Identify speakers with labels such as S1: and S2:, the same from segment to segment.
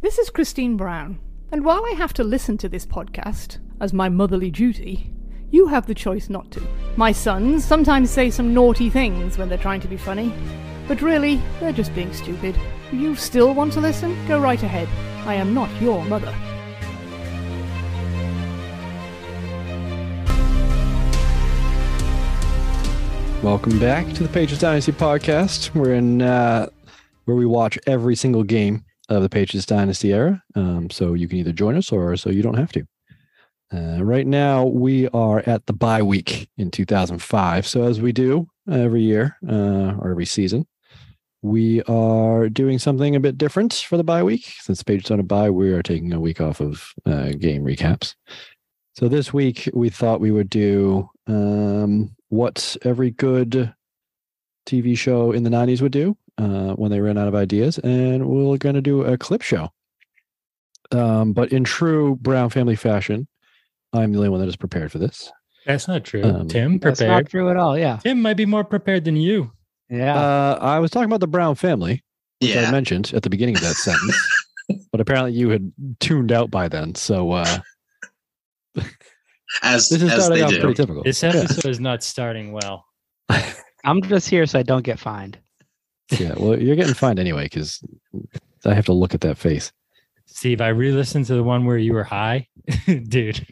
S1: This is Christine Brown, and while I have to listen to this podcast as my motherly duty, you have the choice not to. My sons sometimes say some naughty things when they're trying to be funny, but really, they're just being stupid. You still want to listen? Go right ahead. I am not your mother.
S2: Welcome back to the Patriots Dynasty podcast. We're in uh, where we watch every single game of the Patriots Dynasty era. Um, so you can either join us or so you don't have to. Uh, right now, we are at the bye week in 2005. So, as we do every year uh, or every season, we are doing something a bit different for the bye week. Since the Patriots on a bye, we are taking a week off of uh, game recaps. So this week we thought we would do um, what every good TV show in the '90s would do uh, when they ran out of ideas, and we're going to do a clip show. Um, but in true Brown family fashion, I'm the only one that is prepared for this.
S3: That's not true.
S2: Um,
S3: Tim
S4: That's not
S3: prepared.
S4: true at all. Yeah.
S3: Tim might be more prepared than you.
S4: Yeah.
S2: Uh, I was talking about the Brown family, which I
S5: Yeah.
S2: mentioned at the beginning of that sentence, but apparently you had tuned out by then. So uh,
S5: As,
S2: this is
S5: as
S2: starting
S5: they
S2: out
S5: do.
S2: pretty difficult.
S3: This episode is not starting well.
S4: I'm just here so I don't get fined.
S2: yeah, well, you're getting fined anyway because I have to look at that face.
S3: Steve, I re-listened to the one where you were high, dude.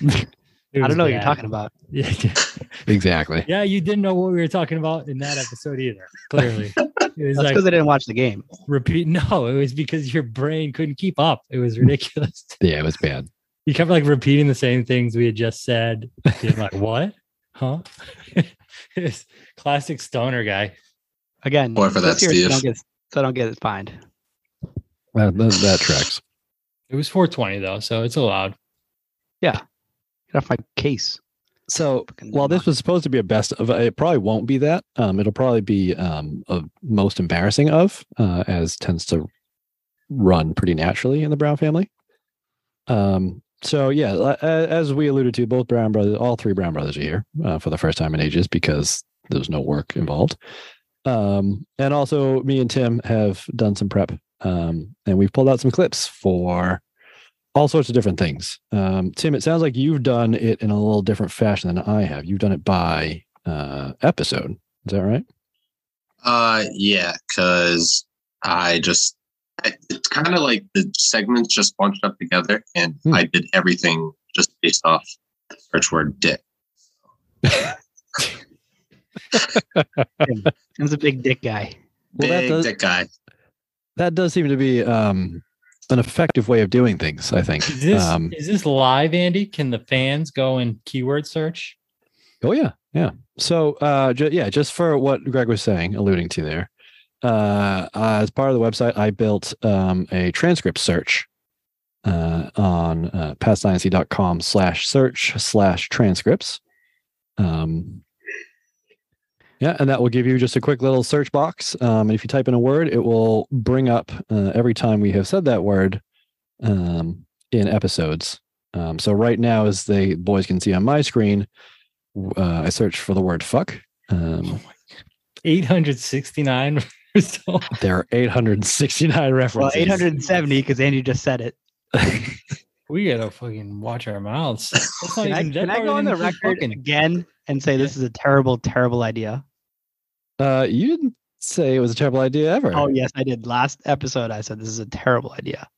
S4: I don't know what you're talking about.
S3: about.
S2: Exactly.
S3: yeah, you didn't know what we were talking about in that episode either. Clearly, it was
S4: That's
S3: like
S4: because I didn't watch the game.
S3: repeat. No, it was because your brain couldn't keep up. It was ridiculous.
S2: Yeah, it was bad.
S3: you kept like repeating the same things we had just said. You're like, what? Huh? It's classic stoner guy.
S4: Again,
S5: Point for
S4: just
S5: that,
S4: here So I, don't
S5: Steve.
S4: get, so I don't get fined.
S2: That, that, that tracks.
S3: It was 420 though, so it's allowed.
S4: Get off my case.
S2: So
S4: Fucking
S2: while this
S4: monkey.
S2: was supposed to be a best of, it probably won't be that. Um, it'll probably be um, a most embarrassing of, uh, as tends to run pretty naturally in the Brown family. Um, so yeah, li- a- as we alluded to, both Brown brothers, all three Brown brothers are here uh, for the first time in ages because there was no work involved. Um, and also, me and Tim have done some prep, um, and we've pulled out some clips for all sorts of different things. Um, Tim, it sounds like you've done it in a little different fashion than I have. You've done it by uh, episode. Is that right?
S5: Uh, yeah, because I just I, it's kind of like the segments just bunched up together, and
S2: Hmm.
S5: I did everything just based off the search word "dick."
S4: Tim's a big dick guy.
S2: Well, that
S5: Big
S2: does-
S5: dick guy.
S2: That does seem to be um, an effective way of doing things. I think.
S3: Is this
S2: Um,
S3: is this live, Andy? Can the fans go and keyword search?
S2: Oh yeah, yeah. So uh, ju- yeah, just for what Greg was saying, alluding to there, uh, uh, as part of the website, I built um, a transcript search uh, on uh, pastdynasty.com slash search slash transcripts. Um, yeah, and that will give you just a quick little search box. Um, and if you type in a word, it will bring up uh, every time we have said that word um, in episodes. Um, so right now, as the boys can see on my screen, w- uh, I searched for the word fuck. Um,
S3: 869 or so.
S2: there are 869
S4: Oh Well,
S2: references.
S4: 870 because Andy just said it.
S3: We gotta fucking watch our mouths. That's not
S4: Can I,
S3: even- that
S4: can I
S3: part
S4: go on the
S3: didn't include
S4: record
S3: fucking.
S4: again and say this is a terrible, terrible idea?
S2: Uh, you didn't say it was a terrible idea ever.
S4: Oh yes, I did. Last episode, I said this is a terrible idea.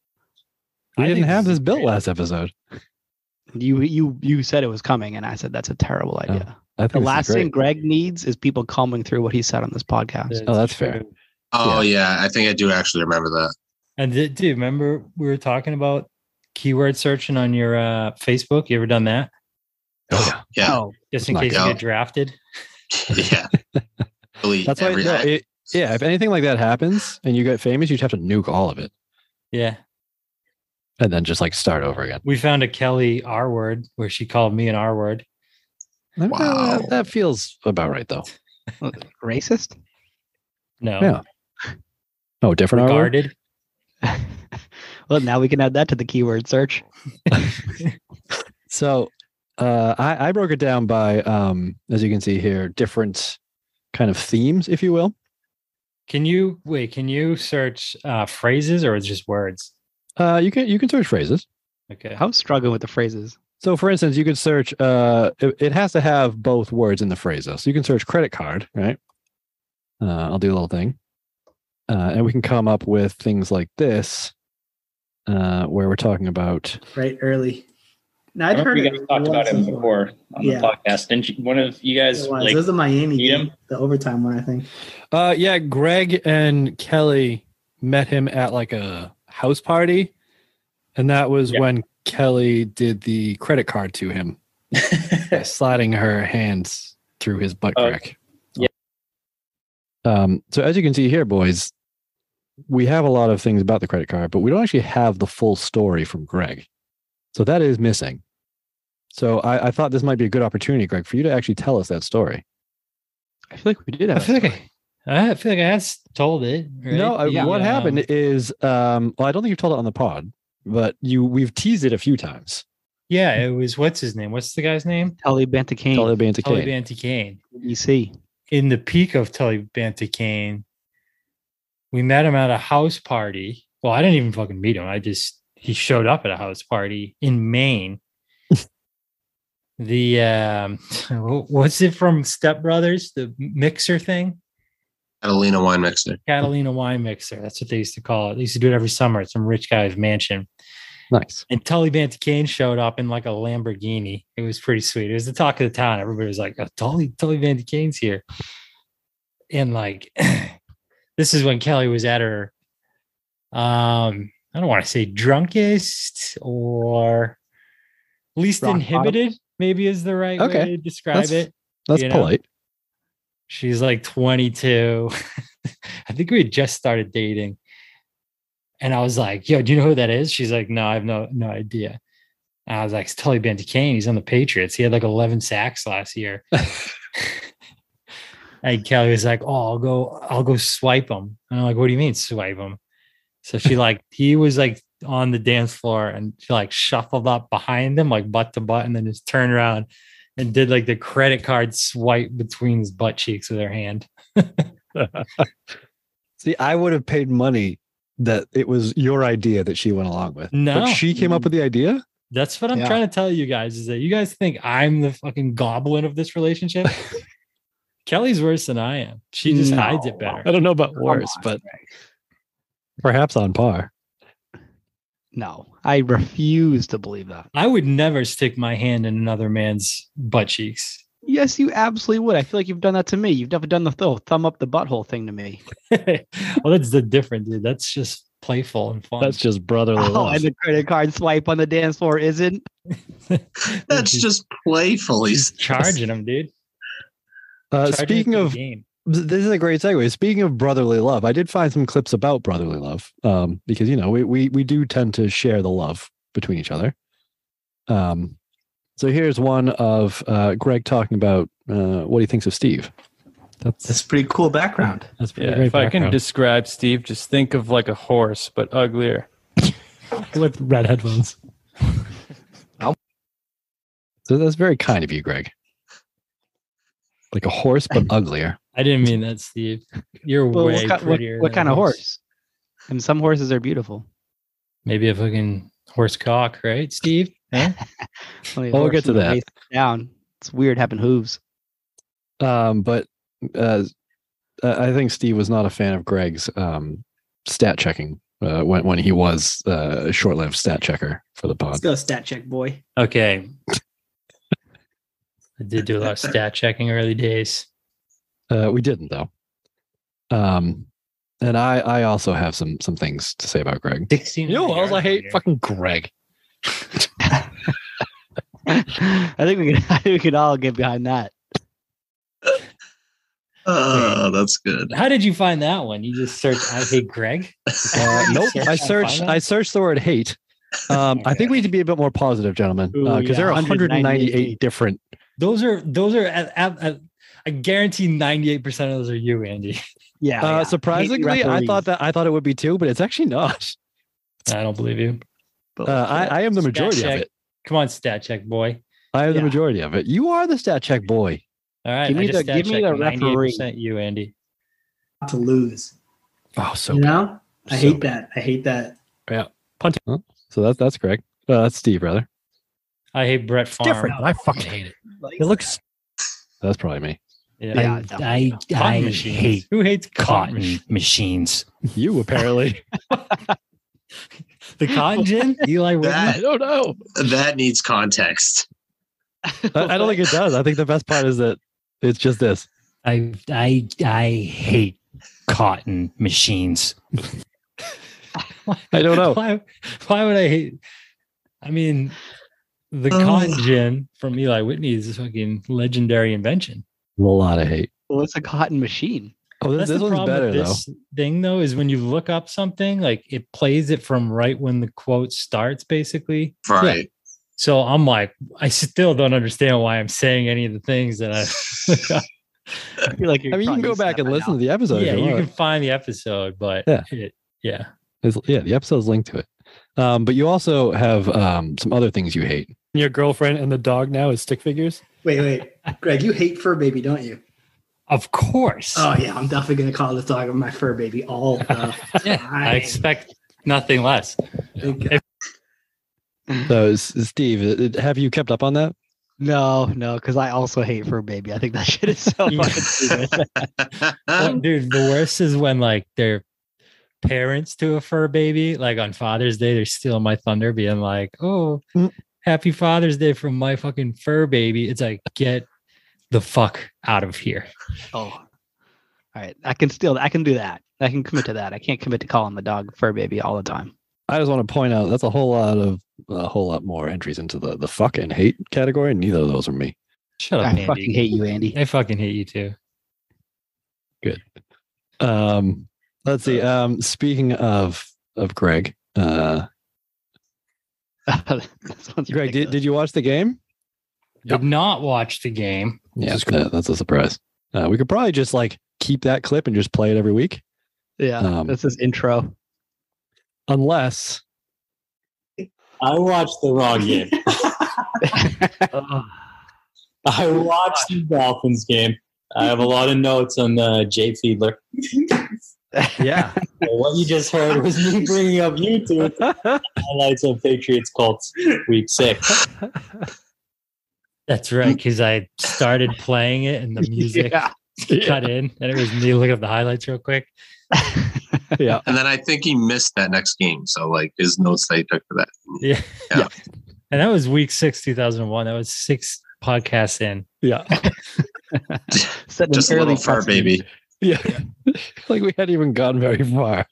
S2: we
S3: I
S2: didn't
S3: think
S2: have
S3: this
S2: this
S3: is
S2: built
S3: great.
S2: last episode.
S4: You you you said it was coming, and I said that's a terrible idea.
S2: I think
S4: the
S2: this is
S4: last
S2: great.
S4: thing Greg needs is people combing through what he said on this podcast.
S2: Oh, that's fair.
S3: true.
S5: Oh yeah. I think I do actually remember that.
S3: And did, dude, remember we were talking about keyword searching on your uh, Facebook? You ever done that?
S2: Oh,
S5: Yeah,
S4: Oh,
S3: Just in
S2: Like,
S3: case you
S5: yeah.
S3: get drafted.
S5: yeah.
S2: Oh.
S5: Delete
S2: That's why.
S5: every-
S2: no, it- yeah, if anything like that happens and you get famous, you'd have to nuke all of it
S3: Yeah.
S2: and then just like start over again.
S3: We found a Kelly R word where she called me an R word.
S2: Uh,
S5: Wow.
S2: That, feels about right though.
S4: racist?
S3: No.
S2: Yeah. Oh, different R word?
S3: Regarded.
S4: well, now we can add that to the keyword search.
S2: So uh, I, I broke it down by, um, as you can see here, different kind of themes, if you will.
S3: Can you wait? Can you search uh, phrases or it's just words?
S2: Uh, you can you can search phrases.
S3: Okay.
S4: I was struggling with the phrases.
S2: So, for instance, you could search. Uh, it, it has to have both words in the phrase, though. So you can search credit card, right? Uh, I'll do a little thing, uh, and we can come up with things like this, uh, where we're talking about.
S6: right early. Now
S7: I
S6: I'd
S7: remember
S6: heard
S7: you guys talked about
S6: once
S7: him before on
S6: Yeah.
S7: the podcast. Didn't you, one of you guys
S6: It was.
S7: like
S6: it was the Miami
S7: meet
S6: game,
S7: him?
S6: the overtime one, I think.
S8: Uh, yeah, Greg and Kelly met him at like a house party, and that was
S7: Yeah.
S8: when Kelly did the credit card to him, by sliding her hands through his butt
S7: Oh,
S8: crack.
S2: Um, so, as you can see here, boys, we have a lot of things about the credit card, but we don't actually have the full story from Greg. So that is missing. So I, I thought this might be a good opportunity, Greg, for you to actually tell us that story.
S4: I feel like we did have.
S3: I
S4: a
S3: feel like
S4: story.
S3: I, I feel like I have told it. Right?
S2: No, I,
S4: Yeah.
S2: what
S3: Yeah.
S2: happened is, um, well, I don't think you've told it on the pod, but you we've teased it a few times.
S3: Yeah, it was what's his name? What's the guy's name?
S4: Tully Bantacane,
S2: Tell it being to
S3: Tully
S2: Kane.
S3: Banty Kane.
S4: EC.
S3: In the peak of Tully Banty Kane, we met him at a house party. Well, I didn't even fucking meet him. I just he showed up at a house party in Maine. the um what's it from Step Brothers? The mixer thing?
S5: Catalina wine mixer.
S3: Catalina wine mixer. That's what they used to call it. They used to do it every summer at some rich guy's mansion.
S2: Nice.
S3: And Tully Kane showed up in like a Lamborghini. It was pretty sweet. It was the talk of the town. Everybody was like, oh, Tully, Tully Kane's here. And like, this is when Kelly was at her, um, I don't want to say drunkest or least
S4: Rock bottom.
S3: inhibited, maybe is the right
S2: Okay.
S3: way to describe
S2: That's-
S3: it.
S2: That's
S3: You know?
S2: polite.
S3: She's like 22. I think we had just started dating. And I was like, yo, do you know who that is? She's like, no, I have no no idea. And I was like, it's Tully Bandy Kane. He's on the Patriots. He had like 11 sacks last year. and Kelly was like, oh, I'll go, I'll go swipe him. And I'm like, what do you mean swipe him? So she like, he was like on the dance floor and she like shuffled up behind him, like butt to butt, and then just turned around and did like the credit card swipe between his butt cheeks with her hand.
S2: See, I would have paid money that it was your idea that she went along with.
S3: No.
S2: But she came up with the idea?
S3: That's what I'm
S4: Yeah.
S3: trying to tell you guys is that you guys think I'm the fucking goblin of this relationship. Kelly's worse than I am. She just hides it better.
S8: I don't know about worse,
S4: on,
S8: but
S2: Perhaps on par.
S4: No, I refuse to believe that.
S3: I would never stick my hand in another man's butt cheeks.
S4: Yes, you absolutely would. I feel like you've done that to me. You've never done the th- thumb up the butthole thing to me.
S3: well, that's the difference, dude. That's just playful and fun.
S8: that's just brotherly
S4: Oh,
S8: love.
S4: and the credit card swipe on the dance floor isn't.
S5: That's
S3: He's
S5: just playful. He's
S3: charging him, dude.
S2: Uh,
S3: Charging him
S2: speaking
S3: for the
S2: of
S3: game.
S2: this is a great segue. Speaking of brotherly love, I did find some clips about brotherly love um, because you know we, we we do tend to share the love between each other. Um, so here's one of uh, Greg talking about uh, what he thinks of Steve.
S6: That's pretty cool background.
S2: That's pretty
S9: Yeah,
S2: great
S9: if I can
S2: background.
S9: describe Steve, just think of like a horse, but uglier.
S8: with red headphones.
S2: so that's very kind of you, Greg. Like a horse, but uglier.
S3: I didn't mean that, Steve. You're
S4: Well,
S3: way
S4: what, ki- what,
S3: prettier.
S4: what
S3: than
S4: kind
S3: a
S4: of horse? And some horses are beautiful.
S3: Maybe a fucking horse cock, right, Steve? Huh?
S4: Only
S2: Well,
S4: a
S2: we'll
S4: horse
S2: get to
S4: from the
S2: that.
S4: waist Down. It's weird having hooves.
S2: Um, but uh, I I think Steve was not a fan of Greg's um, stat checking uh, when when he was uh, a short-lived stat checker for the pod.
S6: Let's go stat check, boy.
S3: Okay. I did do a lot of stat checking early days.
S2: Uh, we didn't though. Um, and I I also have some some things to say about Greg.
S3: 16.
S8: You know what else I hate? Fucking Greg.
S4: I think we can. I think we could all get behind that.
S5: oh, that's good.
S3: How did you find that one? You just searched I hate Greg?
S2: Uh, nope. I
S3: Find
S2: searched
S3: that?
S2: I searched the word hate. Um, I think we need to be a bit more positive, gentlemen,
S4: Ooh,
S2: because
S4: yeah,
S2: there are 198,
S4: 198
S2: different.
S3: Those are, those are, at, at, at, I guarantee 98% of those are you, Andy.
S4: Yeah.
S2: Uh, surprisingly, I thought that I thought it would be two, but it's actually not.
S3: I don't believe you.
S2: Uh, I, I am the
S3: Stat
S2: majority of
S3: check.
S2: it.
S3: Come on, stat check boy.
S2: I am the
S4: Yeah.
S2: majority of it. You are the stat check boy.
S3: All right.
S4: Give
S3: I
S4: me
S3: just
S4: the-
S3: stat
S4: give me
S3: checked
S4: the referee.
S3: 98% you, Andy.
S6: To lose,
S2: Oh, so
S6: you know, I
S2: So-
S6: hate that. I hate that.
S2: Yeah.
S8: Punting.
S2: So that's that's Greg. Uh, that's Steve, rather.
S3: I hate Brett Favre.
S8: Different. but I fucking hate it. It looks
S2: That's probably me.
S3: Yeah.
S10: I,
S3: Cotton machines. Who hates cotton? machines?
S10: machines.
S2: You apparently.
S3: The cotton gin? Eli Whitney?
S5: That
S2: I don't know.
S5: that needs context.
S2: I, I don't think it does. I think the best part is that it's just this.
S10: I I I hate cotton machines.
S2: I don't know.
S3: Why, why would I hate? I mean, the cotton gin from Eli Whitney is a fucking legendary invention.
S2: A lot of hate.
S4: Well, it's a cotton machine.
S2: Oh, this,
S3: That's
S2: this
S3: the
S2: one's
S3: problem
S2: better
S3: with
S2: though.
S3: this thing though is when you look up something, like it plays it from right when the quote starts, basically.
S5: Right.
S3: So I'm like, I still don't understand why I'm saying any of the things that I.
S4: I feel like you're
S2: I mean, you can
S4: probably
S2: go
S4: used to
S2: back
S4: that
S2: and
S4: by
S2: listen
S4: now.
S2: to the episode.
S3: yeah,
S2: if you
S3: you
S2: want.
S3: can find the episode, but
S2: Yeah.
S3: it- yeah.
S2: It's, yeah, the episode's linked to it. Um, but you also have um, some other things you hate.
S8: your girlfriend and the dog now is stick figures.
S6: Wait, wait, Greg, you hate fur baby, don't you?
S3: Of course,
S6: Oh yeah, I'm definitely gonna call this dog my fur baby all the
S3: Yeah, I
S6: time.
S3: expect nothing less.
S2: So, s- Steve, uh, have you kept up on that?
S4: No, no, because I also hate fur baby. I think that shit is so
S3: Yeah.
S4: fucking stupid.
S3: Well,
S4: Um,
S3: dude, the worst is when like their parents to a fur baby, like on Father's Day, they're stealing my thunder, being like, "Oh,
S2: Mm.
S3: happy Father's Day from my fucking fur baby." It's like, get the fuck out of here.
S4: Oh, all right. I can still, I can do that. I can commit to that. I can't commit to calling the dog fur baby all the time.
S2: I just want to point out that's a whole lot of a whole lot more entries into the the fuck and hate category, and neither of those are me. Oh,
S3: Shut up,
S4: I
S3: Andy.
S4: fucking hate you, Andy.
S3: I fucking hate you too.
S2: Um, let's see. Um, speaking of of Greg, uh,
S4: this one's
S2: Greg, did,
S4: ridiculous.
S2: did you watch the game?
S3: Did not watch the game.
S2: Yeah, that- that's a surprise. Uh, we could probably just like keep that clip and just play it every week,
S4: yeah,
S2: um,
S4: that's his intro.
S2: unless
S11: I watched the wrong game. I watched the Dolphins game. I have a lot of notes on uh, Jay Fiedler.
S9: Yeah.
S11: what you just heard was me bringing up YouTube highlights of Patriots Colts week six.
S3: That's right, because I started playing it and the music
S4: Yeah.
S3: cut in, and it was me looking up the highlights real quick.
S2: yeah,
S5: And then I think he missed that next game. So like his notes that he took for that.
S3: Yeah.
S5: Yeah.
S3: And that was week six, 2001. That was six podcasts in.
S2: yeah,
S4: Setting an
S5: Just a little
S4: early
S5: fur
S4: precedent.
S5: baby.
S2: yeah. like we hadn't even gone very far.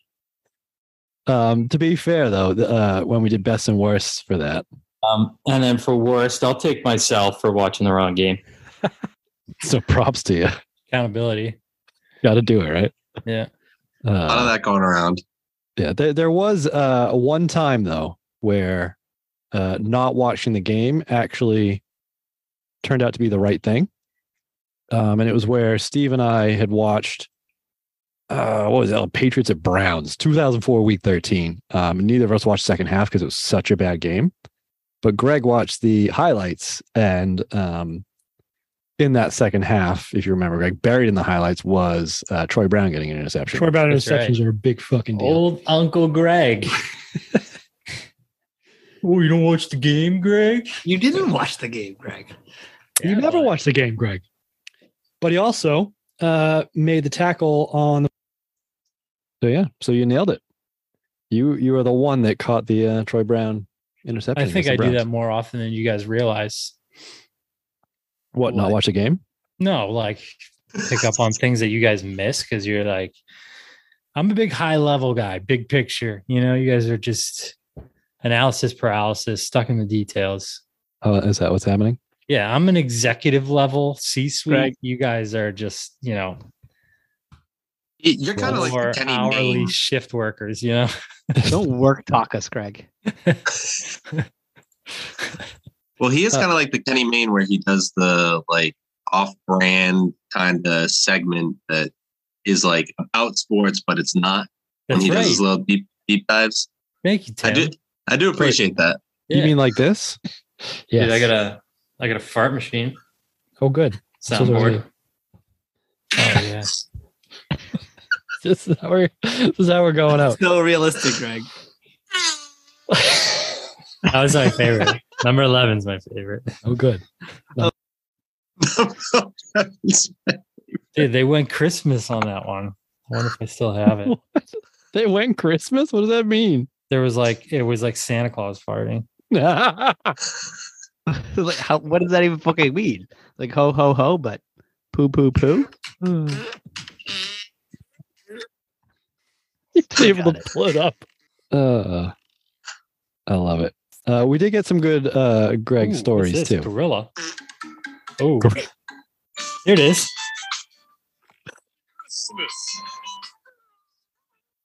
S2: Um, to be fair though, the, uh, when we did best and worst for that,
S11: Um, and then for worst, I'll take myself for watching the wrong game.
S2: so props to you.
S3: Accountability.
S2: Got to do it right.
S3: Yeah.
S5: A lot of
S2: Uh,
S5: that going around.
S2: yeah, there there was uh one time though where uh not watching the game actually turned out to be the right thing. Um, and it was where Steve and I had watched uh what was it? Patriots at Browns, 2004 week 13. Um, and neither of us watched second half because it was such a bad game. But Greg watched the highlights and um in that second half, if you remember, Greg, buried in the highlights was uh, Troy Brown getting an interception.
S8: Troy Brown
S3: That's
S8: interceptions are a big fucking deal.
S3: Old Uncle Greg. oh, you don't watch the game, Greg?
S6: You didn't watch the game, Greg.
S8: you never watched the game, Greg. But he also uh, made the tackle on the
S2: So yeah, so you nailed it. You you are the one that caught the uh, Troy Brown interception.
S3: I think
S2: against
S3: I
S2: the
S3: do that
S2: Browns.
S3: more often than you guys realize.
S2: What? Not watch the game?
S3: No, like pick up on things that you guys miss because you're like, I'm a big high level guy, big picture. You know, you guys are just analysis paralysis, stuck in the details.
S2: Uh, is that what's happening?
S3: Yeah, I'm an executive level C suite.
S4: Greg.
S3: You guys are just, you know,
S5: Y- You're kind of like
S3: more
S5: the Kenny
S3: hourly
S5: Mayne.
S3: shift workers, you know?
S4: Don't work talk us, Greg.
S5: Well, he is kind of like the Kenny Mayne where he does the like off-brand kind of segment that is like about sports, but it's not. And
S3: That's
S5: he does
S3: right.
S5: his little deep deep dives.
S3: Thank you,
S5: I
S3: Tim.
S5: do I do appreciate that.
S2: You
S3: Yeah.
S2: mean like this?
S7: Dude, I got a I got a fart machine
S2: Oh, good. So do
S7: soundboard.
S3: oh, yeah.
S2: This is how we're this is how we're going out.
S6: So realistic, Greg.
S3: That was my favorite. Number 11 is my favorite.
S8: Oh, good.
S3: Dude, they went Christmas on that one. I wonder if I still have it.
S8: They went Christmas? What does that mean?
S3: There was like, it was like Santa Claus farting.
S2: Uh,
S4: like, how, what does that even fucking mean? Like, ho, ho, ho, but poo, poo, poo.
S8: able to pull it up. Uh,
S2: I love it. Uh, we did get some good uh, Greg
S3: Ooh, what's
S2: stories
S3: this?
S2: too.
S3: Gorilla. Oh, here it is.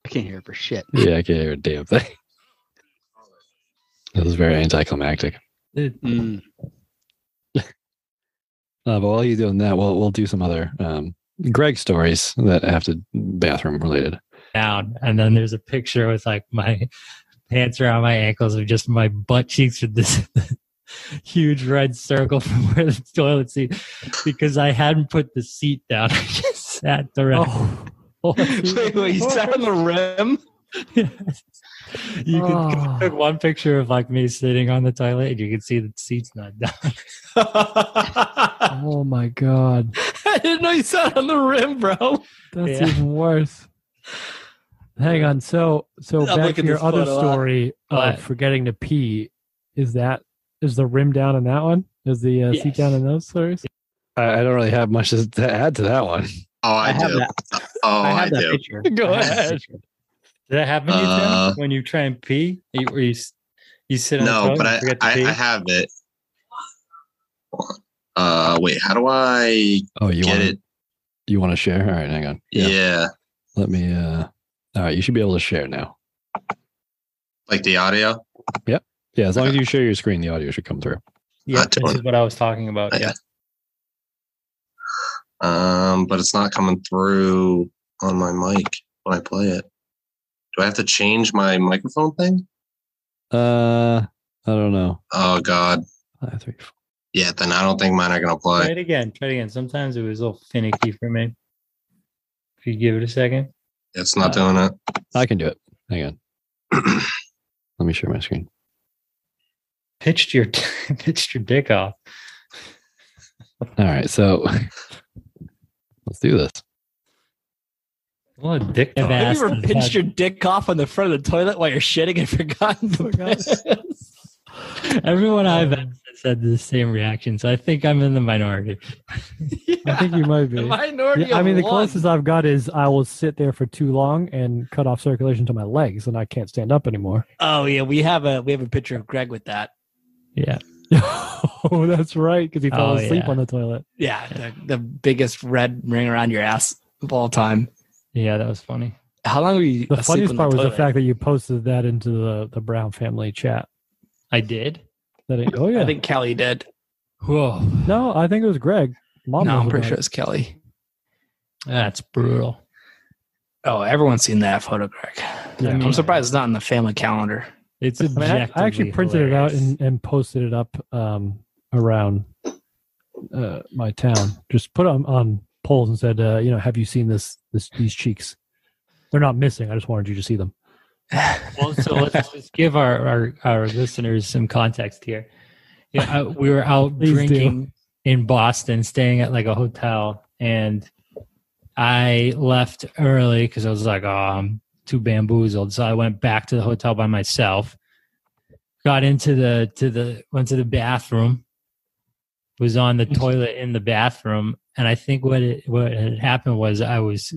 S4: I can't hear it for shit.
S2: Yeah, I can't hear a damn thing. That was very anticlimactic.
S4: Mm.
S2: Uh, but while you're doing that, we'll we'll do some other um, Greg stories that have to bathroom related.
S3: down and then there's a picture with like my pants around my ankles of just my butt cheeks with this huge red circle from where the toilet seat because I hadn't put the seat down. I just sat direct.
S11: Oh. wait, wait, you
S7: Oh,
S11: sat on the rim?
S3: You could
S11: Oh.
S3: I took one picture of like me sitting on the toilet and you could see the seat's not down.
S8: oh my god,
S11: I didn't know you sat on the rim, bro.
S8: that's
S3: Yeah.
S8: even worse. Hang on. So, so
S11: I'm
S8: back
S11: looking
S8: to
S11: at
S8: your
S11: this
S8: other
S11: photo up.
S8: story
S11: What?
S8: of forgetting to pee. Is that is the rim down in that one? Is the uh, seat down in those stories?
S2: I, I don't really have much to to add to that one.
S5: Oh, I,
S4: I have
S5: do.
S4: that.
S5: Oh,
S4: I
S5: I,
S4: have that
S5: do.
S4: picture.
S8: Go
S4: I have that
S8: ahead.
S4: picture.
S3: Did that happen to you Tim?
S5: Uh,
S3: when you try and pee? You, or you, s- you sit on
S5: No,
S3: the toilet
S5: but
S3: and
S5: I,
S3: forget to
S5: I,
S3: pee?
S5: I have it. Uh, wait, how do I
S2: Oh, you
S5: get
S2: want
S5: it?
S2: you want to share? All right, hang on.
S5: Yeah.
S2: Let me. uh All right, you should be able to share now.
S5: like the audio.
S2: Yeah, as long as you share your screen, the audio should come through.
S3: yeah,
S5: I
S3: this
S5: don't-
S3: is what I was talking about. Yeah.
S5: Um, but it's not coming through on my mic when I play it. Do I have to change my microphone thing?
S2: Uh, I don't know.
S5: Oh God,
S2: Five, three, four.
S5: yeah. Then I don't think mine are gonna
S3: Try
S5: play.
S3: it again. Try it again. Sometimes it was a little finicky for me. If you give it a second.
S5: It's not doing it.
S2: I can do it. Hang on. Let me share my screen.
S3: Pitched your pitched your dick off.
S2: All right, so let's do this.
S3: What a dick
S11: Have
S3: talk.
S11: you ever pinched your dick off on the front of the toilet while you're shitting and forgotten? the piss?
S3: Everyone I've had said the same reaction, so I think I'm in the minority.
S8: I think you might be.
S11: The minority.
S8: Yeah, I
S11: of
S8: mean, the
S11: one.
S8: closest I've got is I will sit there for too long and cut off circulation to my legs, and I can't stand up anymore.
S11: Oh yeah, we have a we have a picture of Greg with that.
S3: Yeah.
S8: oh, that's right, because he fell
S3: Oh,
S8: asleep
S3: yeah.
S8: on the toilet.
S11: Yeah, the, the biggest red ring around your ass of all time.
S3: Yeah, that was funny.
S11: How long were you?
S8: The
S11: asleep
S8: funniest
S11: on
S8: part was the
S11: toilet?
S8: fact that you posted that into the the Brown family chat.
S3: I did.
S8: That it, oh yeah,
S11: I think Kelly did.
S3: Whoa.
S8: no, I think it was Greg. Mom
S11: no,
S8: knows
S11: I'm pretty
S8: about
S11: sure
S8: it.
S11: it's Kelly.
S3: That's brutal.
S11: Oh, everyone's seen that photo, Greg.
S8: Yeah.
S11: I'm surprised it's not in the family calendar.
S3: It's
S8: I, mean, I, I actually printed it out and, and posted it up um, around uh, my town. Just put on on polls and said, uh, you know, have you seen this this these cheeks? They're not missing. I just wanted you to see them.
S3: well, so let's just give our, our, our listeners some context here. Yeah, I, we were out
S8: Please do.
S3: drinking in Boston, staying at like a hotel, and I left early because I was like, oh, I'm too bamboozled. So I went back to the hotel by myself. Got into the to the went to the bathroom. Was on the toilet in the bathroom, and I think what it, what had happened was I was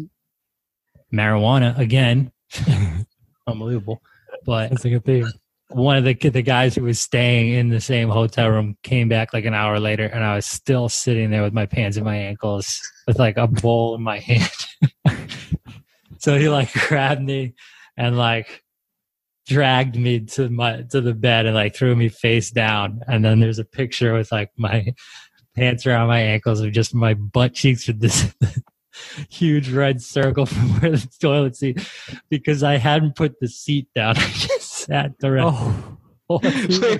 S3: marijuana again. Unbelievable, but
S8: That's like a theme.
S3: one of the the guys who was staying in the same hotel room came back like an hour later, and I was still sitting there with my pants in my ankles, with like a bowl in my hand. so he like grabbed me and like dragged me to my to the bed and like threw me face down. And then there's a picture with like my pants around my ankles of just my butt cheeks with this. Huge red circle from where the toilet seat because I hadn't put the seat down. I just sat direct.
S8: Oh,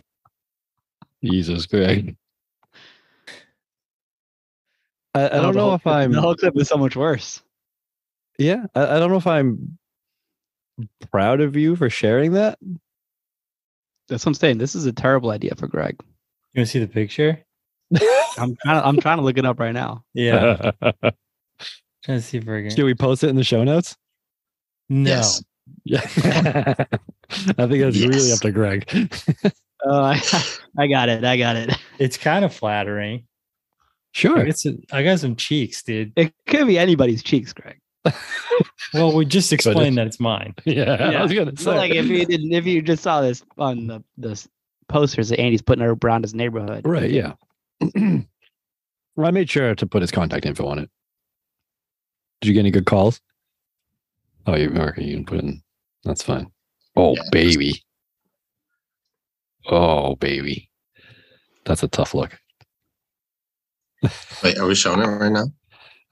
S2: Jesus, Greg. I, I
S4: Oh,
S2: don't
S4: the
S2: know
S4: whole
S2: if
S4: clip-
S2: I'm.
S4: The whole clip is so much worse.
S2: Yeah, I, I don't know if I'm proud of you for sharing that.
S4: That's what I'm saying. This is a terrible idea for Greg.
S3: You want to see the picture?
S4: I'm trying. To, I'm trying to look it up right now.
S9: Uh-huh.
S3: Yeah. Trying to see if we're
S2: Should
S3: gonna.
S2: we post it in the show notes?
S3: No.
S2: Yes. Yeah. I think that's really
S5: Yes.
S2: up to Greg.
S4: Oh, I, I got it. I got it.
S3: It's kind of flattering. I
S2: Sure.
S3: got some, I got some cheeks, dude.
S4: It could be anybody's cheeks, Greg.
S3: Well, we just explained that it's mine.
S2: Yeah. I was
S4: Yeah.
S2: gonna
S4: So,
S2: say.
S4: like if you didn't, if you just saw this on the the posters that Andy's putting around his neighborhood.
S2: Right. Yeah. well, I made sure to put his contact info on it. Did you get any good calls? Oh, you okay, you can put it in. That's fine. Oh,
S5: Yeah.
S2: baby. Oh, baby. That's a tough look.
S5: Wait, are we showing it right now?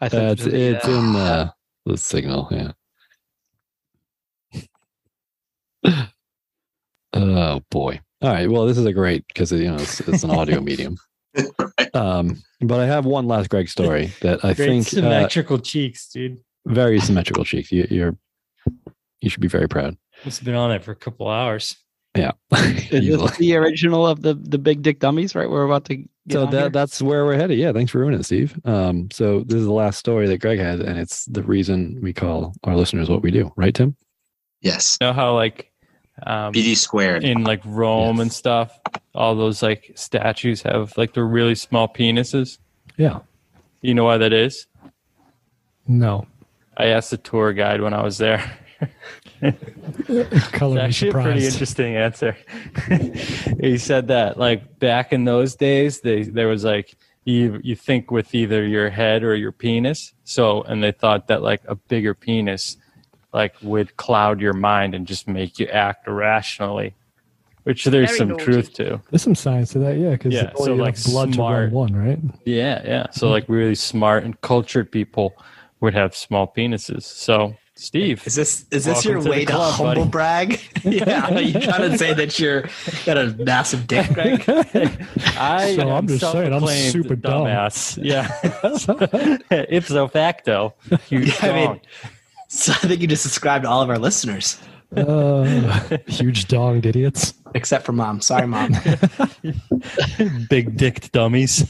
S4: I think
S2: That's
S4: really-
S2: it's in the, the signal. Yeah. oh boy. All right. Well, this is a great because you know it's, it's an audio medium. Um, but I have one last Greg story that I
S3: Great
S2: think uh,
S3: symmetrical cheeks, dude.
S2: very symmetrical cheek. You, you're you should be very proud.
S3: Must have been on it for a couple hours.
S2: Yeah.
S4: Is
S2: You
S4: this
S2: look-
S4: the original of the the big dick dummies, right? We're about to. Get
S2: so
S4: on here?
S2: that, that's where we're headed. Yeah. Thanks for ruining it, Steve. Um, so this is the last story that Greg has, and it's the reason we call our listeners what we do, right, Tim?
S5: Yes.
S9: know how like um,
S5: BD squared.
S9: in like Rome and stuff, all those like statues have like the really small penises.
S8: Yeah.
S9: You know why that is?
S8: No.
S9: I asked the tour guide when I was there.
S8: Color me
S9: That's actually a pretty
S8: surprised.
S9: interesting answer. he said that like back in those days, they there was like you you think with either your head or your penis. So and they thought that like a bigger penis like would cloud your mind and just make you act irrationally, which there's
S1: Very
S9: some
S1: naughty.
S9: truth to.
S8: There's some science to that, yeah, because
S9: Yeah, so, like,
S8: blood
S9: smart-
S8: to run one, right?
S9: Yeah, yeah. So like really smart and cultured people would have small penises. So Steve,
S7: Is this is this
S9: Welcome
S7: your
S9: to the
S7: way to
S9: club,
S7: humble
S9: buddy.
S7: brag? yeah, are you trying to say that you're got a massive dick, Greg?
S9: I
S8: So
S9: am
S8: I'm just saying, I'm
S9: self-proclaimed
S8: super dumb.
S9: dumbass. Yeah, ipso facto, you
S7: Yeah, I mean-
S9: dong.
S7: So I think you just described all of our listeners,
S8: Uh, huge donged idiots.
S7: except for mom. Sorry, mom.
S9: big dicked dummies.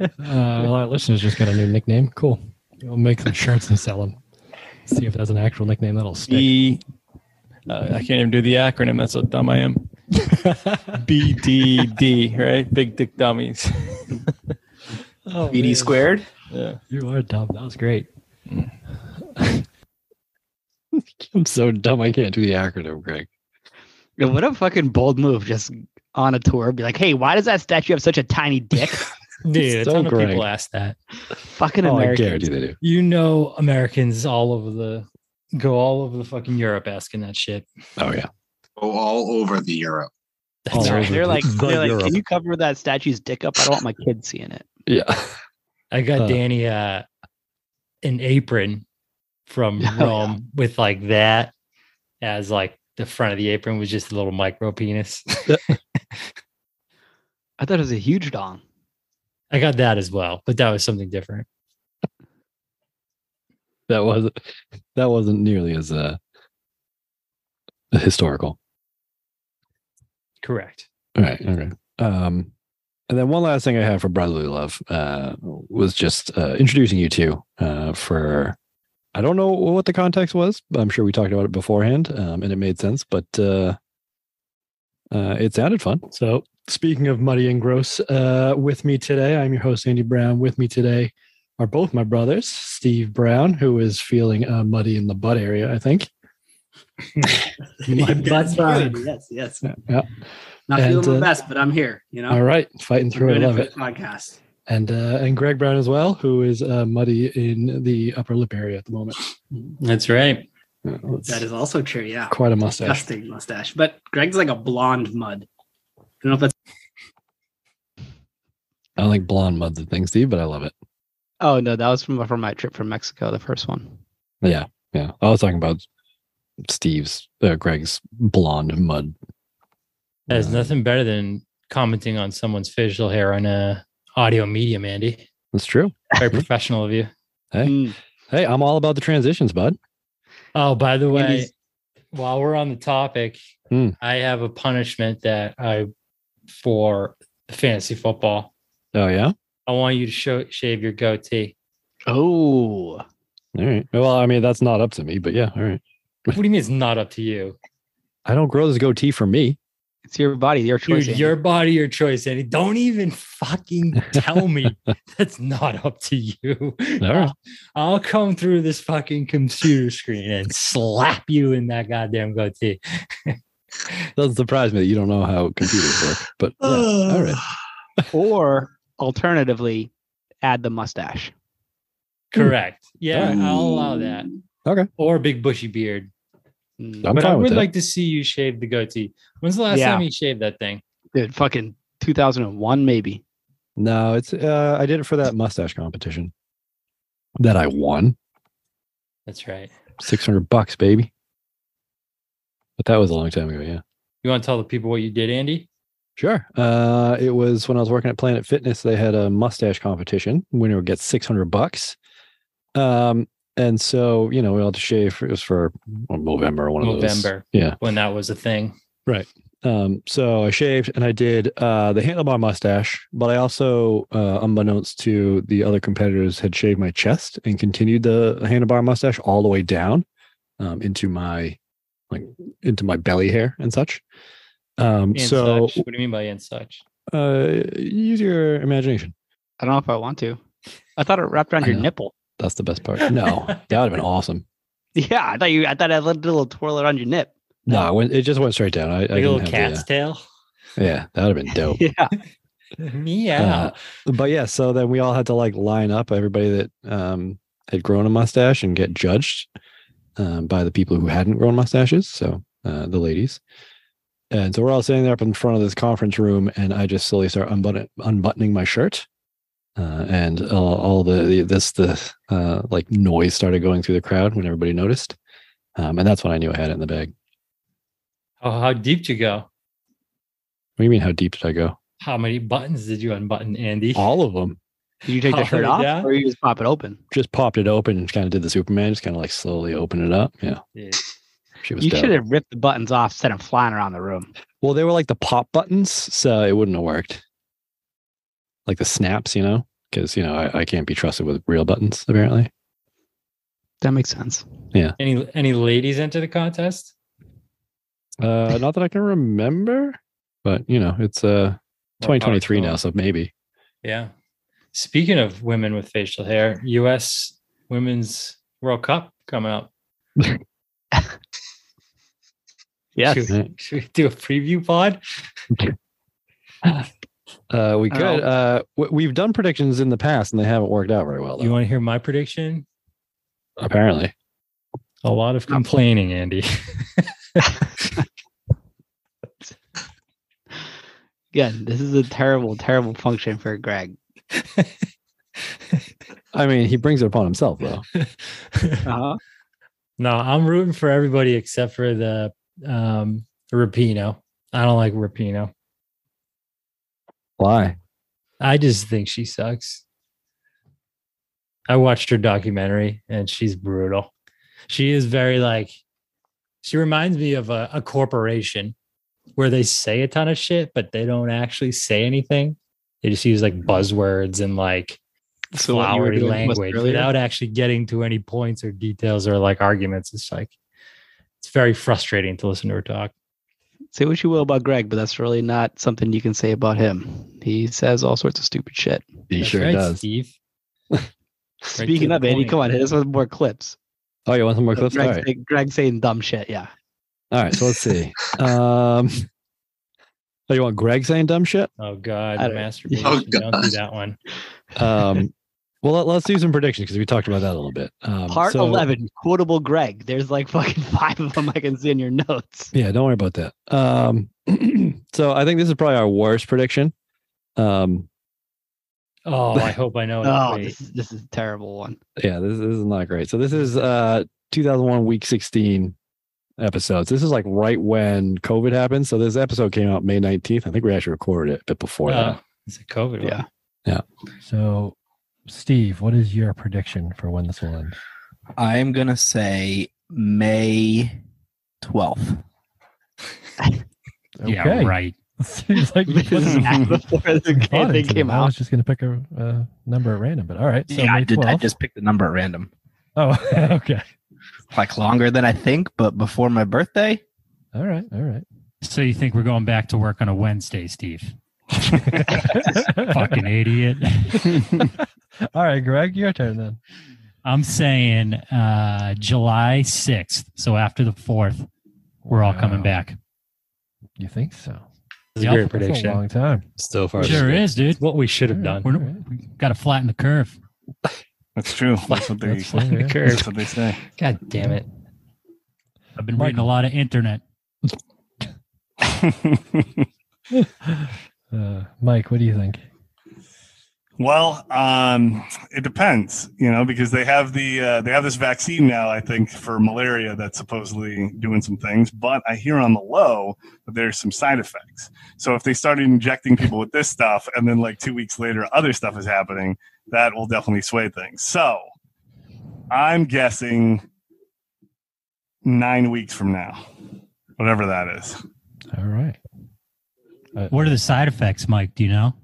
S8: Uh, well, our listeners just got a new nickname. Cool. We'll make some shirts and sell them. See if that's an actual nickname that'll stick.
S9: B, E, uh, I can't even do the acronym. That's how dumb I am. BDD, right? Big dick dummies.
S8: Oh,
S7: BD squared.
S9: Yeah.
S8: You are dumb. That was great.
S2: I'm so dumb. I can't do the acronym, Greg.
S4: Yeah, what a fucking bold move! Just on a tour, be like, "Hey, why does that statue have such a tiny dick?"
S3: Dude, a
S2: So
S3: ton of
S2: great.
S3: people ask that.
S4: fucking
S2: Oh, I
S4: American.
S2: guarantee they do.
S3: You know, Americans all over the go all over the fucking Europe asking that shit.
S2: Oh yeah.
S5: Go all over the Europe.
S3: That's
S2: Oh.
S3: right.
S4: They're like,
S2: The
S4: they're like,
S2: Europe.
S4: can you cover that statue's dick up? I don't want my kids seeing it.
S2: Yeah.
S3: I got
S2: Uh,
S3: Danny uh, an apron from
S4: Yeah.
S3: Rome with like that as like the front of the apron was just a little micro penis.
S4: I thought it was a huge dong.
S3: I got that as well, but that was something different.
S2: That was that wasn't nearly as uh historical.
S3: Correct.
S2: All right. Okay. Um, and then one last thing I have for brotherly love uh, was just uh, introducing you two uh, for. I don't know what the context was. But I'm sure we talked about it beforehand, um, and it made sense. But uh, uh, it sounded fun.
S8: So, speaking of muddy and gross, uh, with me today, I'm your host, Andy Brown. With me today are both my brothers, Steve Brown, who is feeling uh, muddy in the butt area, I think.
S6: My
S8: butt's
S6: right. Yes, yes.
S8: Yeah.
S6: Not
S8: And,
S6: feeling
S8: uh,
S6: my best, but I'm here. You know,
S8: All right, fighting through it.
S6: doing
S8: Love
S6: for
S8: it.
S6: the podcast.
S8: And uh, and Greg Brown as well, who is uh, muddy in the upper lip area at the moment.
S3: That's right.
S8: Uh, it's
S6: That is also true. Yeah,
S8: quite a mustache.
S6: disgusting mustache. But Greg's like a blonde mud. I don't know if that's
S2: I don't think blonde mud's a thing, Steve, but I love it.
S4: Oh no, that was from from my trip from Mexico, the first one.
S2: Yeah, yeah. I was talking about Steve's, uh, Greg's blonde mud.
S3: There's
S2: Uh,
S3: nothing better than commenting on someone's facial hair on a audio medium, Andy.
S2: That's true.
S3: Very professional of you.
S2: Hey.
S4: Mm.
S2: Hey, I'm all about the transitions, bud.
S3: Oh, by the way,
S4: Andy's-
S3: while we're on the topic,
S2: Hmm.
S3: I have a punishment that I for fantasy football.
S2: Oh yeah.
S3: I want you to show, shave your goatee.
S4: Oh. All
S2: right. Well, I mean that's not up to me, but yeah. All right.
S3: What do you mean it's not up to you?
S2: I don't grow this goatee for me.
S4: It's your body, your
S3: Dude, your body, your choice, Andy. Don't even fucking tell me that's not up to you.
S2: All right.
S3: I'll come through this fucking computer screen and slap you in that goddamn goatee.
S2: Doesn't surprise me that you don't know how computers work, but yeah, all right.
S4: or alternatively, add the mustache.
S2: Hmm.
S3: Correct. Yeah, I'll allow that.
S2: Okay.
S3: Or a big bushy beard.
S4: I'm
S3: but I
S4: fine with
S3: would
S4: that.
S3: like to see you shave the goatee. When's the last
S4: Yeah.
S3: time you shaved that thing?
S4: Dude, fucking 2001 maybe.
S2: No, it's uh I did it for that mustache competition that I won.
S3: That's right.
S2: Six hundred bucks, baby. But that was a long time ago, yeah.
S3: You want to tell the people what you did, Andy?
S2: Sure. Uh, it was when I was working at Planet Fitness. They had a mustache competition. Winner would get six hundred bucks. Um, and so you know we all had to shave. It was for well, November, one of those.
S3: November.
S2: Yeah.
S3: When that was a thing.
S2: Right. Um, so I shaved and I did uh, the handlebar mustache, but I also, uh, unbeknownst to the other competitors, had shaved my chest and continued the handlebar mustache all the way down um, into my like into my belly hair and such. Um,
S3: And
S2: so
S3: such. What do you mean by and such?
S2: uh, use your imagination.
S4: I don't know if I want to. I thought it wrapped around
S2: I
S4: your
S2: know.
S4: nipple.
S2: That's the best part. No, that would have been awesome.
S4: Yeah, I thought you. I thought I let a little twirl around your nip.
S2: No, it, went, it just went straight down. I, I
S3: Like a
S2: didn't
S3: little
S2: have the,
S3: cat's tail?
S2: uh, yeah, that would have been dope.
S4: Yeah.
S3: Meow.
S2: Uh, but yeah, so then we all had to like line up everybody that um, had grown a mustache and get judged um, by the people who hadn't grown mustaches. So uh, the ladies. And so we're all sitting there up in front of this conference room, and I just slowly start unbutton- unbuttoning my shirt. Uh, and uh, all the, the this the uh, like noise started going through the crowd when everybody noticed, um, and that's when I knew I had it in the bag.
S3: How, how deep did you go?
S2: What do you mean? How deep did I go?
S3: How many buttons did you unbutton, Andy?
S2: All of them.
S4: Did you take your
S3: Oh,
S4: shirt off,
S3: yeah?
S4: or you just pop it open?
S2: Just popped it open and kind of did the Superman, just kind of like slowly open it up. Yeah, she was.
S4: You
S2: dope.
S4: should have ripped the buttons off, sent them flying around the room.
S2: Well, they were like the pop buttons, so it wouldn't have worked. Like the snaps, you know, because you know I, I can't be trusted with real buttons apparently.
S4: That makes sense.
S2: Yeah,
S3: Any any ladies enter the contest?
S2: uh, not that I can remember, but you know it's uh
S3: More power
S2: 2023
S3: to
S2: now,
S3: them.
S2: so maybe.
S3: Yeah. Speaking of women with facial hair, U.S. Women's World Cup coming up.
S4: Yes.
S3: Should, we- should we do a preview pod?
S2: Uh, we
S3: Oh.
S2: could. Uh, w- we've done predictions in the past, and they haven't worked out very well. Though,
S3: You want to hear my prediction?
S2: apparently,
S3: A lot of complaining, Andy.
S4: Again, this is a terrible, terrible function for Greg.
S2: I mean, he brings it upon himself though.
S4: Uh-huh.
S3: No, I'm rooting for everybody except for the um Rapino. I don't like Rapino.
S2: Why?
S3: I just think she sucks. I watched her documentary and she's brutal. She is very like she reminds me of a, a corporation where they say a ton of shit, but they don't actually say anything. They just use like buzzwords and like
S4: So what you were
S3: flowery
S4: doing was
S3: language
S4: earlier?
S3: without actually getting to any points or details or like arguments. It's like it's very frustrating to listen to her talk.
S4: Say what you will about Greg, but that's really not something you can say about him. He says all sorts of stupid shit.
S2: He
S3: That's
S2: sure
S3: right,
S2: does.
S3: Steve. Right to
S4: Speaking
S3: the
S4: of Andy,
S3: point.
S4: come on, hit us with more clips.
S2: Oh, you want some more clips? All
S4: Greg,
S2: right.
S4: say- Greg saying dumb shit. Yeah.
S2: All right. So let's see. um, oh, you want Greg saying dumb shit?
S3: Oh God,
S2: I don't-
S3: masturbation!
S2: Oh,
S3: Don't
S2: God.
S3: do that one.
S2: Um, well, let, us do some predictions because we talked about that a little bit. Um,
S4: Part
S2: so-
S4: 11, quotable Greg. There's like fucking five of them I can see in your notes.
S2: Yeah, don't worry about that. Um, so I think this is probably our worst prediction. Um,
S3: Oh, I hope I know. it.
S4: Oh,
S3: Wait.
S4: this is, this is a terrible one.
S2: yeah, this, this is not great. So this is uh 2001 week 16 episodes. This is like right when COVID happened. So this episode came out May 19th. I think we actually recorded it a bit before
S3: Uh,
S2: that.
S3: it's a COVID.
S4: Yeah.
S3: one.
S8: So, Steve, what is your prediction for when this will end?
S7: I'm going to say May 12.
S10: Yeah, right.
S8: Seems like
S4: This is back before the
S8: Thought
S4: they
S8: into
S4: came
S8: them. I was
S4: out.
S8: just going to pick a uh, number at random, but all right. So
S7: yeah, I,
S8: May
S7: did, I
S8: 12th.
S7: just picked a number at random.
S8: Oh, okay.
S7: Like longer than I think, but before my birthday.
S8: All right. All right.
S10: So you think we're going back to work on a Wednesday, Steve? Fucking idiot.
S8: All right, Greg, your turn then.
S10: I'm saying uh, July 6th. So after the 4th, we're all coming back.
S8: You think so?
S10: That's a great
S8: That's
S10: prediction.
S8: a long time.
S9: Still
S10: far. Sure is, dude.
S9: What we should have done.
S10: We're, we got to flatten the curve.
S12: That's true. That's what they,
S10: That's fine, yeah.
S12: that's what they say.
S10: God damn it. I've been reading a lot of internet.
S8: Uh, Mike, what do you think?
S12: Well, um, it depends, you know, because they have the uh, they have this vaccine now. I think for malaria that's supposedly doing some things, but I hear on the low that there's some side effects. So if they started injecting people with this stuff, and then like two weeks later other stuff is happening, that will definitely sway things. So I'm guessing nine weeks from now, whatever that is.
S8: All right.
S10: what are the side effects, Mike? Do you know?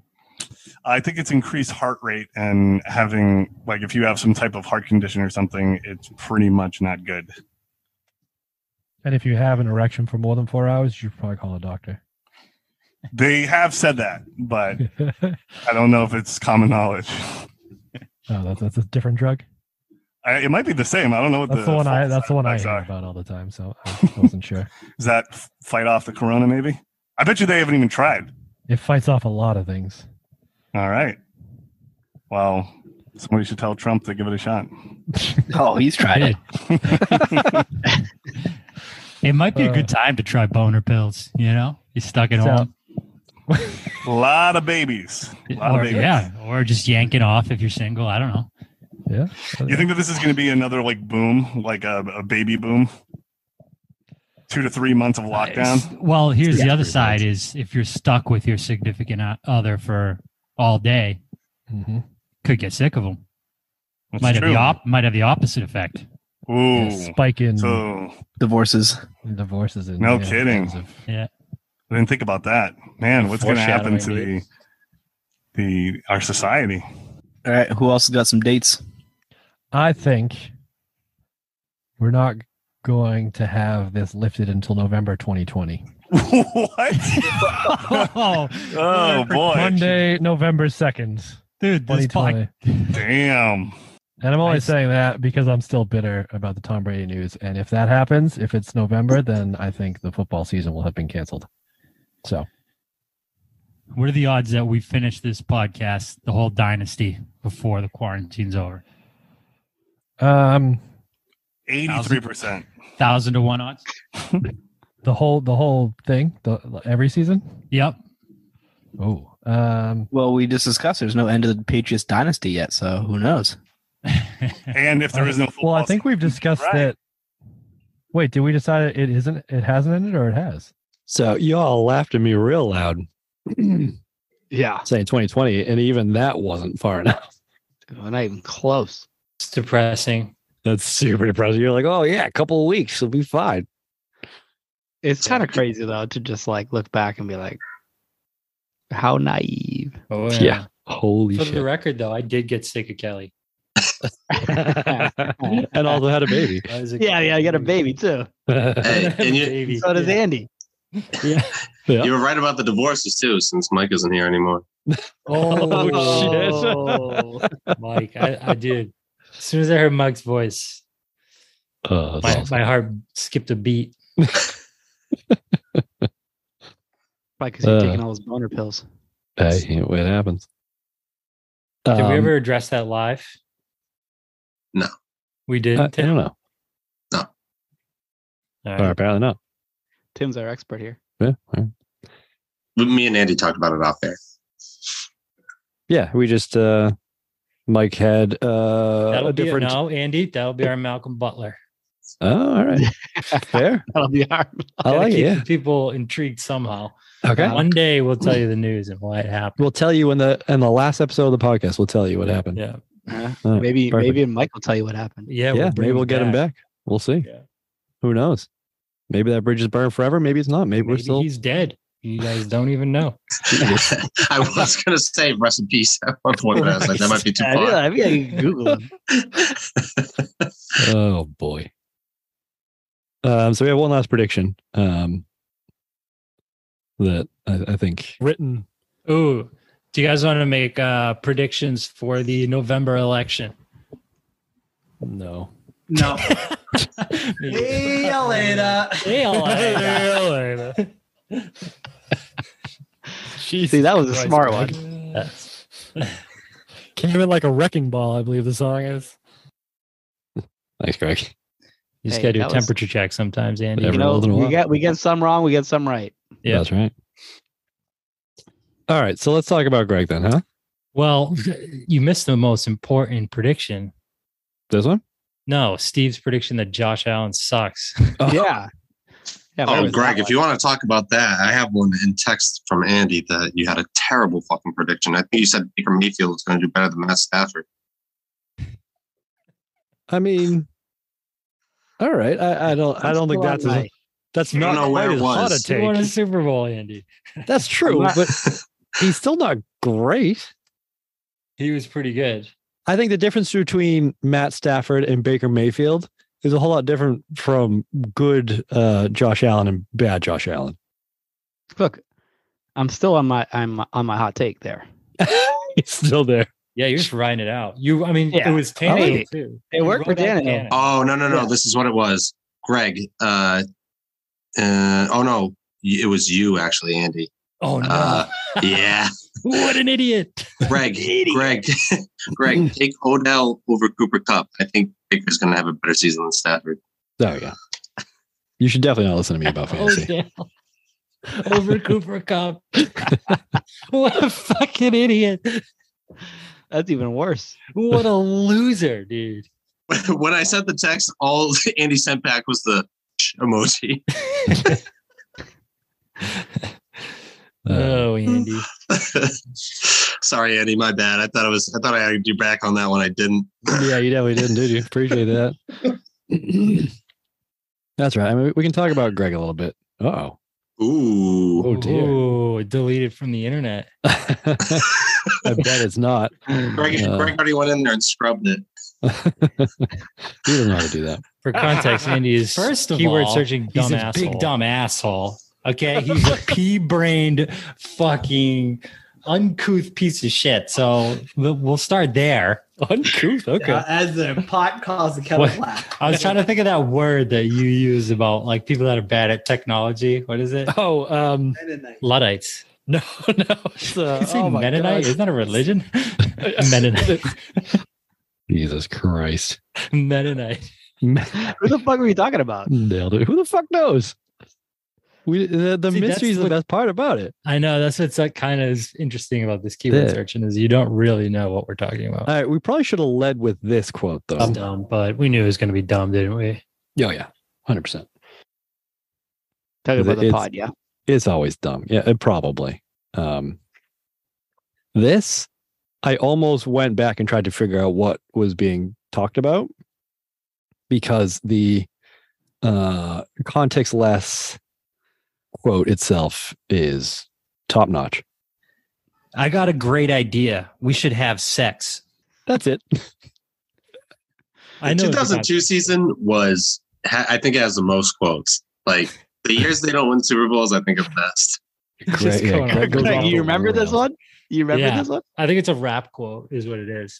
S12: I think it's increased heart rate and having like if you have some type of heart condition or something, it's pretty much not good.
S8: And if you have an erection for more than four hours, you should probably call a doctor.
S12: They have said that, but I don't know if it's common knowledge.
S8: Oh, that's, that's a different drug.
S12: I, it might be the same. I don't know what
S8: That's
S12: the,
S8: the one I.
S12: full
S8: That's the one I
S12: side
S8: hear
S12: effects
S8: about all the time. So I wasn't sure.
S12: are. Is that f- fight off the corona? Maybe. I bet you they haven't even tried.
S8: It fights off a lot of things.
S12: All right. Well, somebody should tell Trump to give it a shot.
S7: Oh, he's tried it.
S10: It might be a
S12: Uh,
S10: good time to try boner pills. You know, you're stuck at
S12: So-
S10: home.
S12: A lot of babies. A lot of
S10: Or,
S12: babies.
S10: yeah, or just yank it off if you're single. I don't know.
S8: Yeah.
S12: You think that this is going to be another like boom, like a, a baby boom? Two to three months of lockdown.
S10: Well, here's the other side: is if you're stuck with your significant o- other for all day,
S8: Mhm.
S10: could get sick of them.
S12: That's
S10: might have
S8: true.
S10: the op- might have the opposite effect.
S12: Ooh,
S8: spike in
S7: divorces.
S8: Divorces. And,
S12: No
S8: yeah,
S12: kidding.
S10: Yeah.
S12: I didn't think about that. Man, what's going to happen to
S7: Foreshadowing
S12: the the our society?
S7: All right. Who else has got some dates?
S8: I think we're not going to have this lifted until November 2020.
S12: what?
S10: oh,
S12: oh boy.
S8: Monday, November 2nd.
S10: Dude,
S12: this
S8: 2020.
S12: Damn.
S8: And I'm only
S12: I s-
S8: saying that because I'm still bitter about the Tom Brady news. And if that happens, if it's November, then I think the football season will have been canceled. So
S10: What are the odds that we finish this podcast, the whole dynasty, before the quarantine's over?
S8: um
S12: Eighty-three percent.
S10: Thousand to one odds.
S8: the whole the whole thing, the every season?
S10: Yep.
S8: Oh. Um,
S7: well, we just discussed there's no end to the Patriots dynasty yet, so who knows?
S12: And if there is no football,
S8: Well, I think we've discussed that. Wait, did we decide it isn't it hasn't ended or it has?
S2: So y'all laughed at me real loud.
S4: yeah.
S2: Saying 2020, and even that wasn't far enough.
S4: not even close.
S3: It's depressing.
S2: That's super depressing. You're like, oh yeah, a couple of weeks, we'll be fine.
S4: It's kind of crazy though to just like look back and be like, how naive.
S3: Oh
S2: yeah. Holy
S3: For the
S2: shit.
S3: record, though, I did get sick of Kelly.
S2: and also had a baby.
S3: I was a-
S4: Yeah, yeah, I got a baby too.
S5: Hey, and you,
S4: So does Andy.
S5: you were right about the divorces too, since Mike isn't here anymore.
S4: Oh,
S3: Oh, shit. Mike, I, I did. As soon as I heard Mike's voice,
S2: Uh,
S3: my, my heart skipped a beat.
S4: Why? Because you're
S2: Uh,
S4: taking all those boner pills.
S2: Hey, it happens.
S3: Did we
S2: Um,
S3: ever address that live?
S5: No.
S3: We did.
S2: I, I don't know.
S3: All
S2: Or uh, apparently not.
S4: Tim's our expert here.
S2: Yeah. all right.
S5: But me and Andy talked about it off air.
S2: Yeah, we just uh Mike had uh
S3: That'll
S2: a
S3: be
S2: different
S3: no, Andy. That'll be our Malcolm Butler.
S2: Oh, all right. Fair.
S4: That'll be our.
S2: I
S3: Gotta
S2: like it.
S3: keep the
S2: Yeah.
S3: people intrigued somehow.
S2: Okay.
S3: One day we'll tell you the news and why it happened.
S2: We'll tell you in the in the last episode of the podcast, we'll tell you what happened.
S3: Yeah.
S4: Uh,
S2: All right,
S4: maybe
S2: perfect.
S4: maybe Mike will tell you what happened.
S3: Yeah.
S2: yeah,
S3: bring
S2: maybe we'll get him back. We'll see. Who knows? Maybe that bridge is burned forever. Maybe it's not. Maybe, we're
S3: Maybe
S2: still.
S3: he's dead. You guys don't even know.
S5: I was gonna say rest in peace at one point, but I was like, that might be too
S4: I
S5: far.
S4: mean, I mean, Google.
S2: oh boy. Um, so we have one last prediction um, that I, I think
S8: written.
S3: Ooh, do you guys want to make uh, predictions for the November election?
S2: No.
S6: No.
S7: See ya later.
S3: See ya
S8: later.
S4: See, that was a smart one.
S8: Came in like a wrecking ball, I believe the song is.
S2: Thanks, Greg.
S3: You just
S4: Hey,
S3: gotta do a
S4: that was-
S3: temperature check sometimes, Andy.
S4: You know, we get we get some wrong, we get some right.
S3: Yeah.
S2: That's right. All right. So let's talk about Greg then, huh?
S3: Well, you missed the most important prediction.
S2: This one?
S3: No, Steve's prediction that Josh Allen sucks.
S2: Oh.
S4: Yeah. yeah
S5: oh, Greg, if you want to talk about that, I have one in text from Andy that you had a terrible fucking prediction. I think you said Baker Mayfield was going to do better than Matt Stafford.
S2: I mean, all right. I, I don't. I don't think that's as, that's
S5: I don't
S2: not
S5: know where
S2: quite
S5: it
S2: as hot a
S5: was.
S3: He won a
S2: take.
S3: Super Bowl, Andy.
S2: That's true,
S3: not-
S2: but he's still not great.
S3: He was pretty good.
S2: I think the difference between Matt Stafford and Baker Mayfield is a whole lot different from good uh, Josh Allen and bad Josh Allen.
S4: Look, I'm still on my I'm on my hot take there.
S2: It's still there.
S3: Yeah, you're just riding it out. You, I mean,
S4: Yeah.
S3: it was
S4: I like
S3: Tannehill
S4: it.
S3: too.
S4: It worked for
S3: wrote out
S4: Tannehill.
S5: Oh no no no! This is what it was, Greg. Uh, uh, oh no, y- it was you actually, Andy.
S3: Oh no!
S5: Uh, yeah,
S3: what an idiot!
S5: Greg, Greg, Greg, take Odell over Cooper Cup. I think Baker's going to have a better season than Stafford.
S2: Oh yeah. You should definitely not listen to me about fantasy.
S3: Odell Oh, over Cooper Cup. what a fucking idiot!
S4: That's even worse.
S3: What a loser, dude.
S5: when I sent the text, all Andy sent back was the emoji. Uh.
S2: Uh,
S3: oh, Andy.
S5: Sorry, Andy, my bad. I thought I was. I thought I had you back on that one. I didn't.
S2: yeah, you definitely didn't, did you? Appreciate that. That's right. I mean, we can talk about Greg a little bit. Oh,
S5: Ooh.
S2: oh dear.
S3: Ooh, deleted from the internet.
S2: I bet it's not.
S5: Greg,
S2: Uh,
S5: Greg already went in there and scrubbed it.
S2: He doesn't know how to do that.
S3: For context, Andy is
S10: First of
S3: keyword
S10: all,
S3: searching dumb
S10: he's a
S3: asshole.
S10: big dumb asshole. Okay, he's a pea-brained, fucking uncouth piece of shit. So we'll we'll start there.
S2: Uncouth.
S6: Uh, as the pot calls the kettle
S10: What?
S6: black.
S10: I was trying to think of that word that you use about like people that are bad at technology. What is it?
S8: Oh, um,
S3: Luddites.
S8: no, no. It's, uh,
S10: Is
S8: oh
S10: it
S8: my
S10: Mennonite?
S8: gosh.
S10: Isn't that a religion? Mennonite.
S2: Jesus Christ.
S3: Mennonite.
S4: Who the fuck were you talking about?
S2: Nailed it. Who the fuck knows? We the, the
S3: See, that's
S2: mystery is the
S3: what-
S2: best part about it.
S3: I know that's what's
S10: uh,
S3: like kind of is interesting about this keyword
S2: Yeah.
S3: searching is you don't really know what we're talking
S2: All
S3: about.
S2: right, we probably should have led with this quote though.
S3: It's dumb, but we knew it was going to be dumb, didn't we?
S2: oh Um, yeah, hundred percent.
S4: Talking about the
S2: It's-
S4: pod, yeah.
S2: It's always dumb. Yeah, it probably. Um, this, I almost went back and tried to figure out what was being talked about because the uh, context less quote itself is top notch.
S10: I got a great idea. We should have sex.
S2: That's it.
S10: I
S5: The
S10: know it's
S5: 2002 season was. ha- I think it has the most quotes. Like the years they don't win Super Bowls, I think are best.
S2: Great- yeah,
S3: going on.
S2: great- goes
S4: Greg,
S2: off
S4: you
S2: the
S4: remember this
S2: rails.
S4: one? You remember
S3: Yeah.
S4: this one?
S3: I think it's a rap quote, is what it is.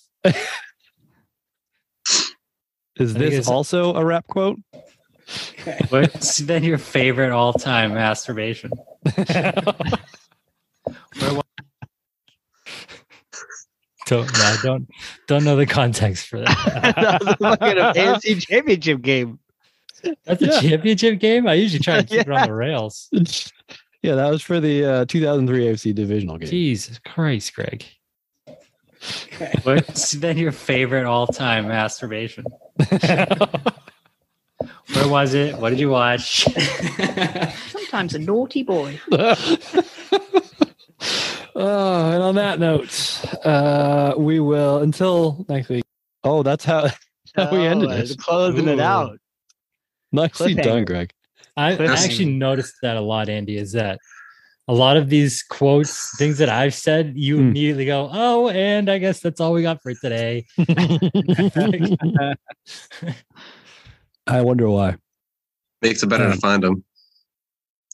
S2: Is
S3: I think
S2: this
S3: it's-
S2: also a rap quote?
S10: What's
S3: then your favorite all time masturbation? Don't no, I don't don't know the context for that.
S4: that was a fucking AFC championship game.
S3: That's a
S2: Yeah.
S3: championship game. I usually try to keep it
S4: Yeah.
S3: on the rails.
S2: yeah, that was for the uh, 2003 AFC divisional game.
S3: Jesus Christ, Greg.
S10: What?
S3: What's then your favorite all time masturbation? Where was it? What did you watch?
S1: Sometimes a naughty boy.
S2: oh, and on that note, uh, we will until next week. Oh, that's how, how we ended
S4: Oh,
S2: it.
S4: Closing it
S3: Ooh.
S4: out.
S2: Nicely
S4: cliffhanger.
S2: done, Greg.
S3: I, I
S10: That's-
S3: actually noticed that a lot, Andy, is that a lot of these quotes, things that I've said, you
S2: Hmm.
S3: immediately go, oh, and I guess that's all we got for today.
S2: I wonder why.
S5: Makes it better to find them.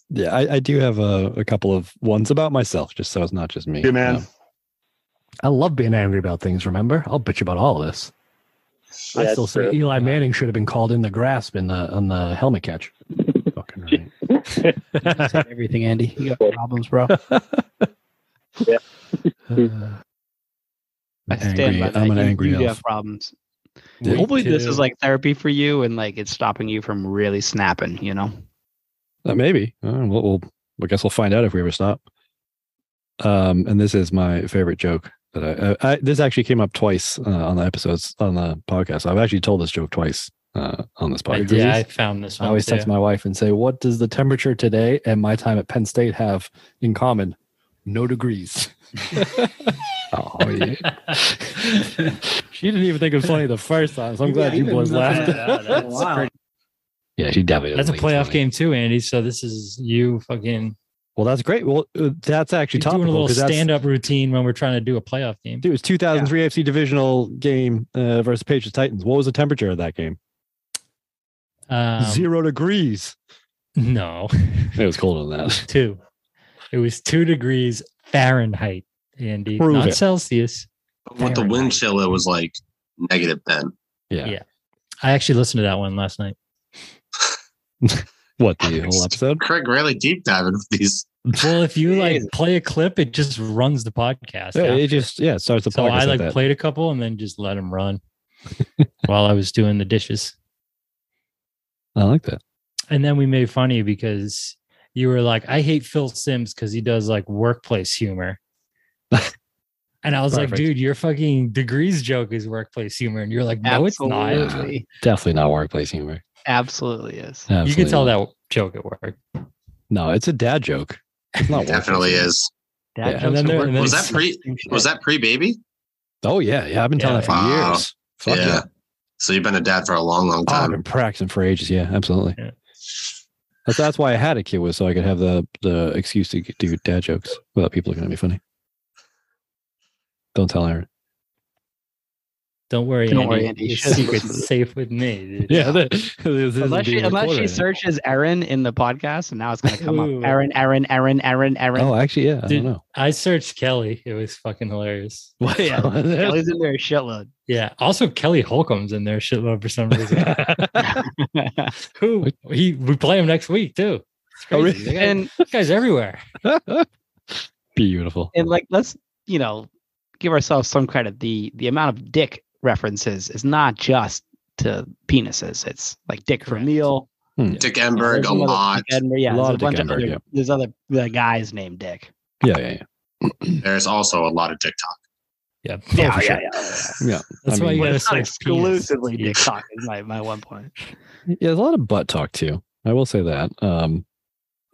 S2: Yeah, I, I do have a, a couple of ones about myself, just so it's not just me.
S12: Hey, man.
S2: Um, I love being angry about things. Remember, I'll bitch about all of this.
S8: I
S2: That's
S8: still say
S2: true.
S8: Eli Manning should have been called in the grasp in the on the helmet catch. Fucking right.
S4: Everything, Andy. You got problems, bro.
S11: yeah.
S2: Uh,
S4: I stand
S2: angry-
S4: by that.
S2: I'm an
S4: You-
S2: angry
S4: you do
S2: elf.
S4: have problems.
S2: Yeah.
S4: Hopefully, this
S2: too.
S4: is like therapy for you, and like it's stopping you from really snapping. You know.
S2: Uh, maybe. Uh, we'll, we'll, I guess we'll find out if we ever stop. Um, and this is my favorite joke that I, I, I this actually came up twice uh, on the episodes on the podcast. I've actually told this joke twice uh, on this
S3: I
S2: podcast.
S3: did. I found this
S2: I
S3: one.
S2: always
S3: too.
S2: text my wife and say, "What does the temperature today and my time at Penn State have in common? No degrees." oh yeah. she didn't even think it was funny the first time, so I'm glad you boys laughed.
S3: Wow.
S2: yeah, she definitely.
S3: That's a
S2: doesn't think
S3: playoff
S2: it's funny.
S3: game too, Andy. So this is you fucking
S2: Well, that's great. Well, uh, that's actually
S3: doing a
S2: topical
S3: little
S2: 'cause that's-
S3: stand-up routine when we're trying to do a playoff game.
S2: Dude, it was 2003 AFC divisional game uh, versus Patriots Titans. What was the temperature of that game?
S3: Um,
S2: Zero degrees.
S3: No,
S2: It was colder than that.
S3: two. It was two degrees Fahrenheit, Andy,
S5: Prove
S3: not
S5: it.
S3: Celsius.
S5: But with the wind chill, it was like negative 10.
S2: Yeah.
S3: yeah. I actually listened to that one last night.
S2: What, the whole episode?
S5: Craig really deep diving with these.
S3: Well, if you like play a clip, it just runs the podcast.
S2: Yeah,
S3: after.
S2: it just yeah it starts the
S3: so
S2: podcast
S3: I
S2: like
S3: like
S2: that.
S3: played a couple and then just let them run while I was doing the dishes.
S2: I like that.
S3: And then we made fun of you because you were like, I hate Phil Sims because he does like workplace humor. and I was like,
S2: Perfect.
S3: dude, your fucking degrees joke is workplace humor. And you're like, no, it's not.
S4: Absolutely.
S2: Definitely not workplace humor.
S4: Absolutely is.
S3: You
S2: Absolutely
S3: can tell
S2: not.
S3: that joke at work.
S2: No, it's a dad joke. It's not
S5: It definitely
S2: workplace humor.
S5: is.
S2: Dad Yeah. jokes are workplace.
S5: was that pre? Was that pre baby?
S2: Oh yeah, yeah. I've been telling that for
S5: Wow.
S2: years. Fuck yeah.
S5: So you've been a dad for a long, long
S2: Oh, I've
S5: time.
S2: been practicing for ages. Yeah, absolutely. That's, that's why I had a kid was so I could have the the excuse to do dad jokes without people looking at me funny. Don't tell Aaron.
S3: Don't worry,
S4: Don't
S3: Andy.
S4: worry, Andy.
S3: Your
S4: She doesn't
S3: secret's
S4: listen.
S3: safe with me. dude.
S2: Yeah, that, this is
S4: Unless she,
S2: being
S4: unless she
S2: recorded.
S4: searches Aaron in the podcast, and now it's going to come
S3: Ooh.
S4: up. Aaron, Aaron, Aaron, Aaron, Aaron.
S2: Oh, actually, yeah, I
S3: Dude,
S2: don't know.
S3: I searched Kelly. It was fucking hilarious.
S2: yeah,
S4: Kelly's in there a shitload.
S3: Yeah. Also, Kelly Holcomb's in there shitload for some reason. Who he we play him next week too. It's
S2: Oh, really?
S3: crazy. They got-
S4: And-
S3: this guys everywhere.
S2: Beautiful.
S4: And like, let's you know, give ourselves some credit. The the amount of dick references is not just to penises. It's like dick Vermeil.
S5: Dick Enberg
S4: There's
S5: a
S4: another
S5: lot.
S4: Dick Enberg, yeah,
S5: A lot
S4: there's a
S5: of Dick
S4: bunch of
S5: Enberg,
S4: other,
S5: yeah.
S4: there's other uh, guys named Dick.
S2: Yeah, yeah, yeah.
S5: There's also a lot of TikTok.
S3: Yeah.
S4: Yeah, for yeah, sure. yeah,
S2: Yeah.
S3: That's why you gotta
S4: It's not
S3: search penis.
S4: exclusively dick talk is my, my one point.
S2: Yeah, there's a lot of butt talk too. I will say that. Um,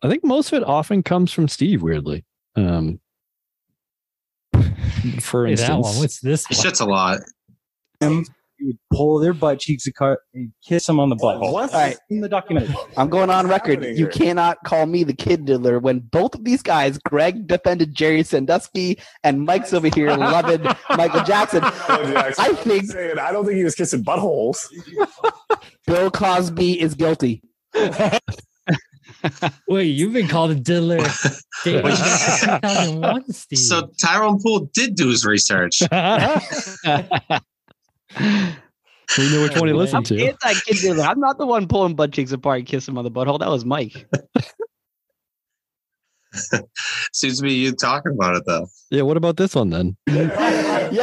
S2: I think most of it often comes from Steve. Weirdly, um, for
S3: Hey,
S2: instance,
S3: that one. What's this?
S5: This shit's a lot.
S11: Them, you would pull their butt cheeks apart and kiss them on the butthole.
S13: What's-
S11: All right, in the documentary.
S13: I'm going on record.
S11: happening
S13: You
S11: here?
S13: cannot call me the kid diddler when both of these guys, Greg defended Jerry Sandusky, and Mike's over here loving Michael Jackson. I think
S14: I don't think he was kissing buttholes.
S13: Bill Cosby is guilty.
S3: Wait, you've been called a diddler. Dave,
S5: Wait.
S3: since 2001, Steve.
S5: So Tyrone Poole did do his research.
S2: we know which one he listened
S4: I'm
S2: to.
S4: anti-kid diddler. I'm not the one pulling butt cheeks apart and kissing him on the butthole. That was Mike.
S5: Seems to be you talking about it though.
S2: Yeah. What about this one then?
S13: You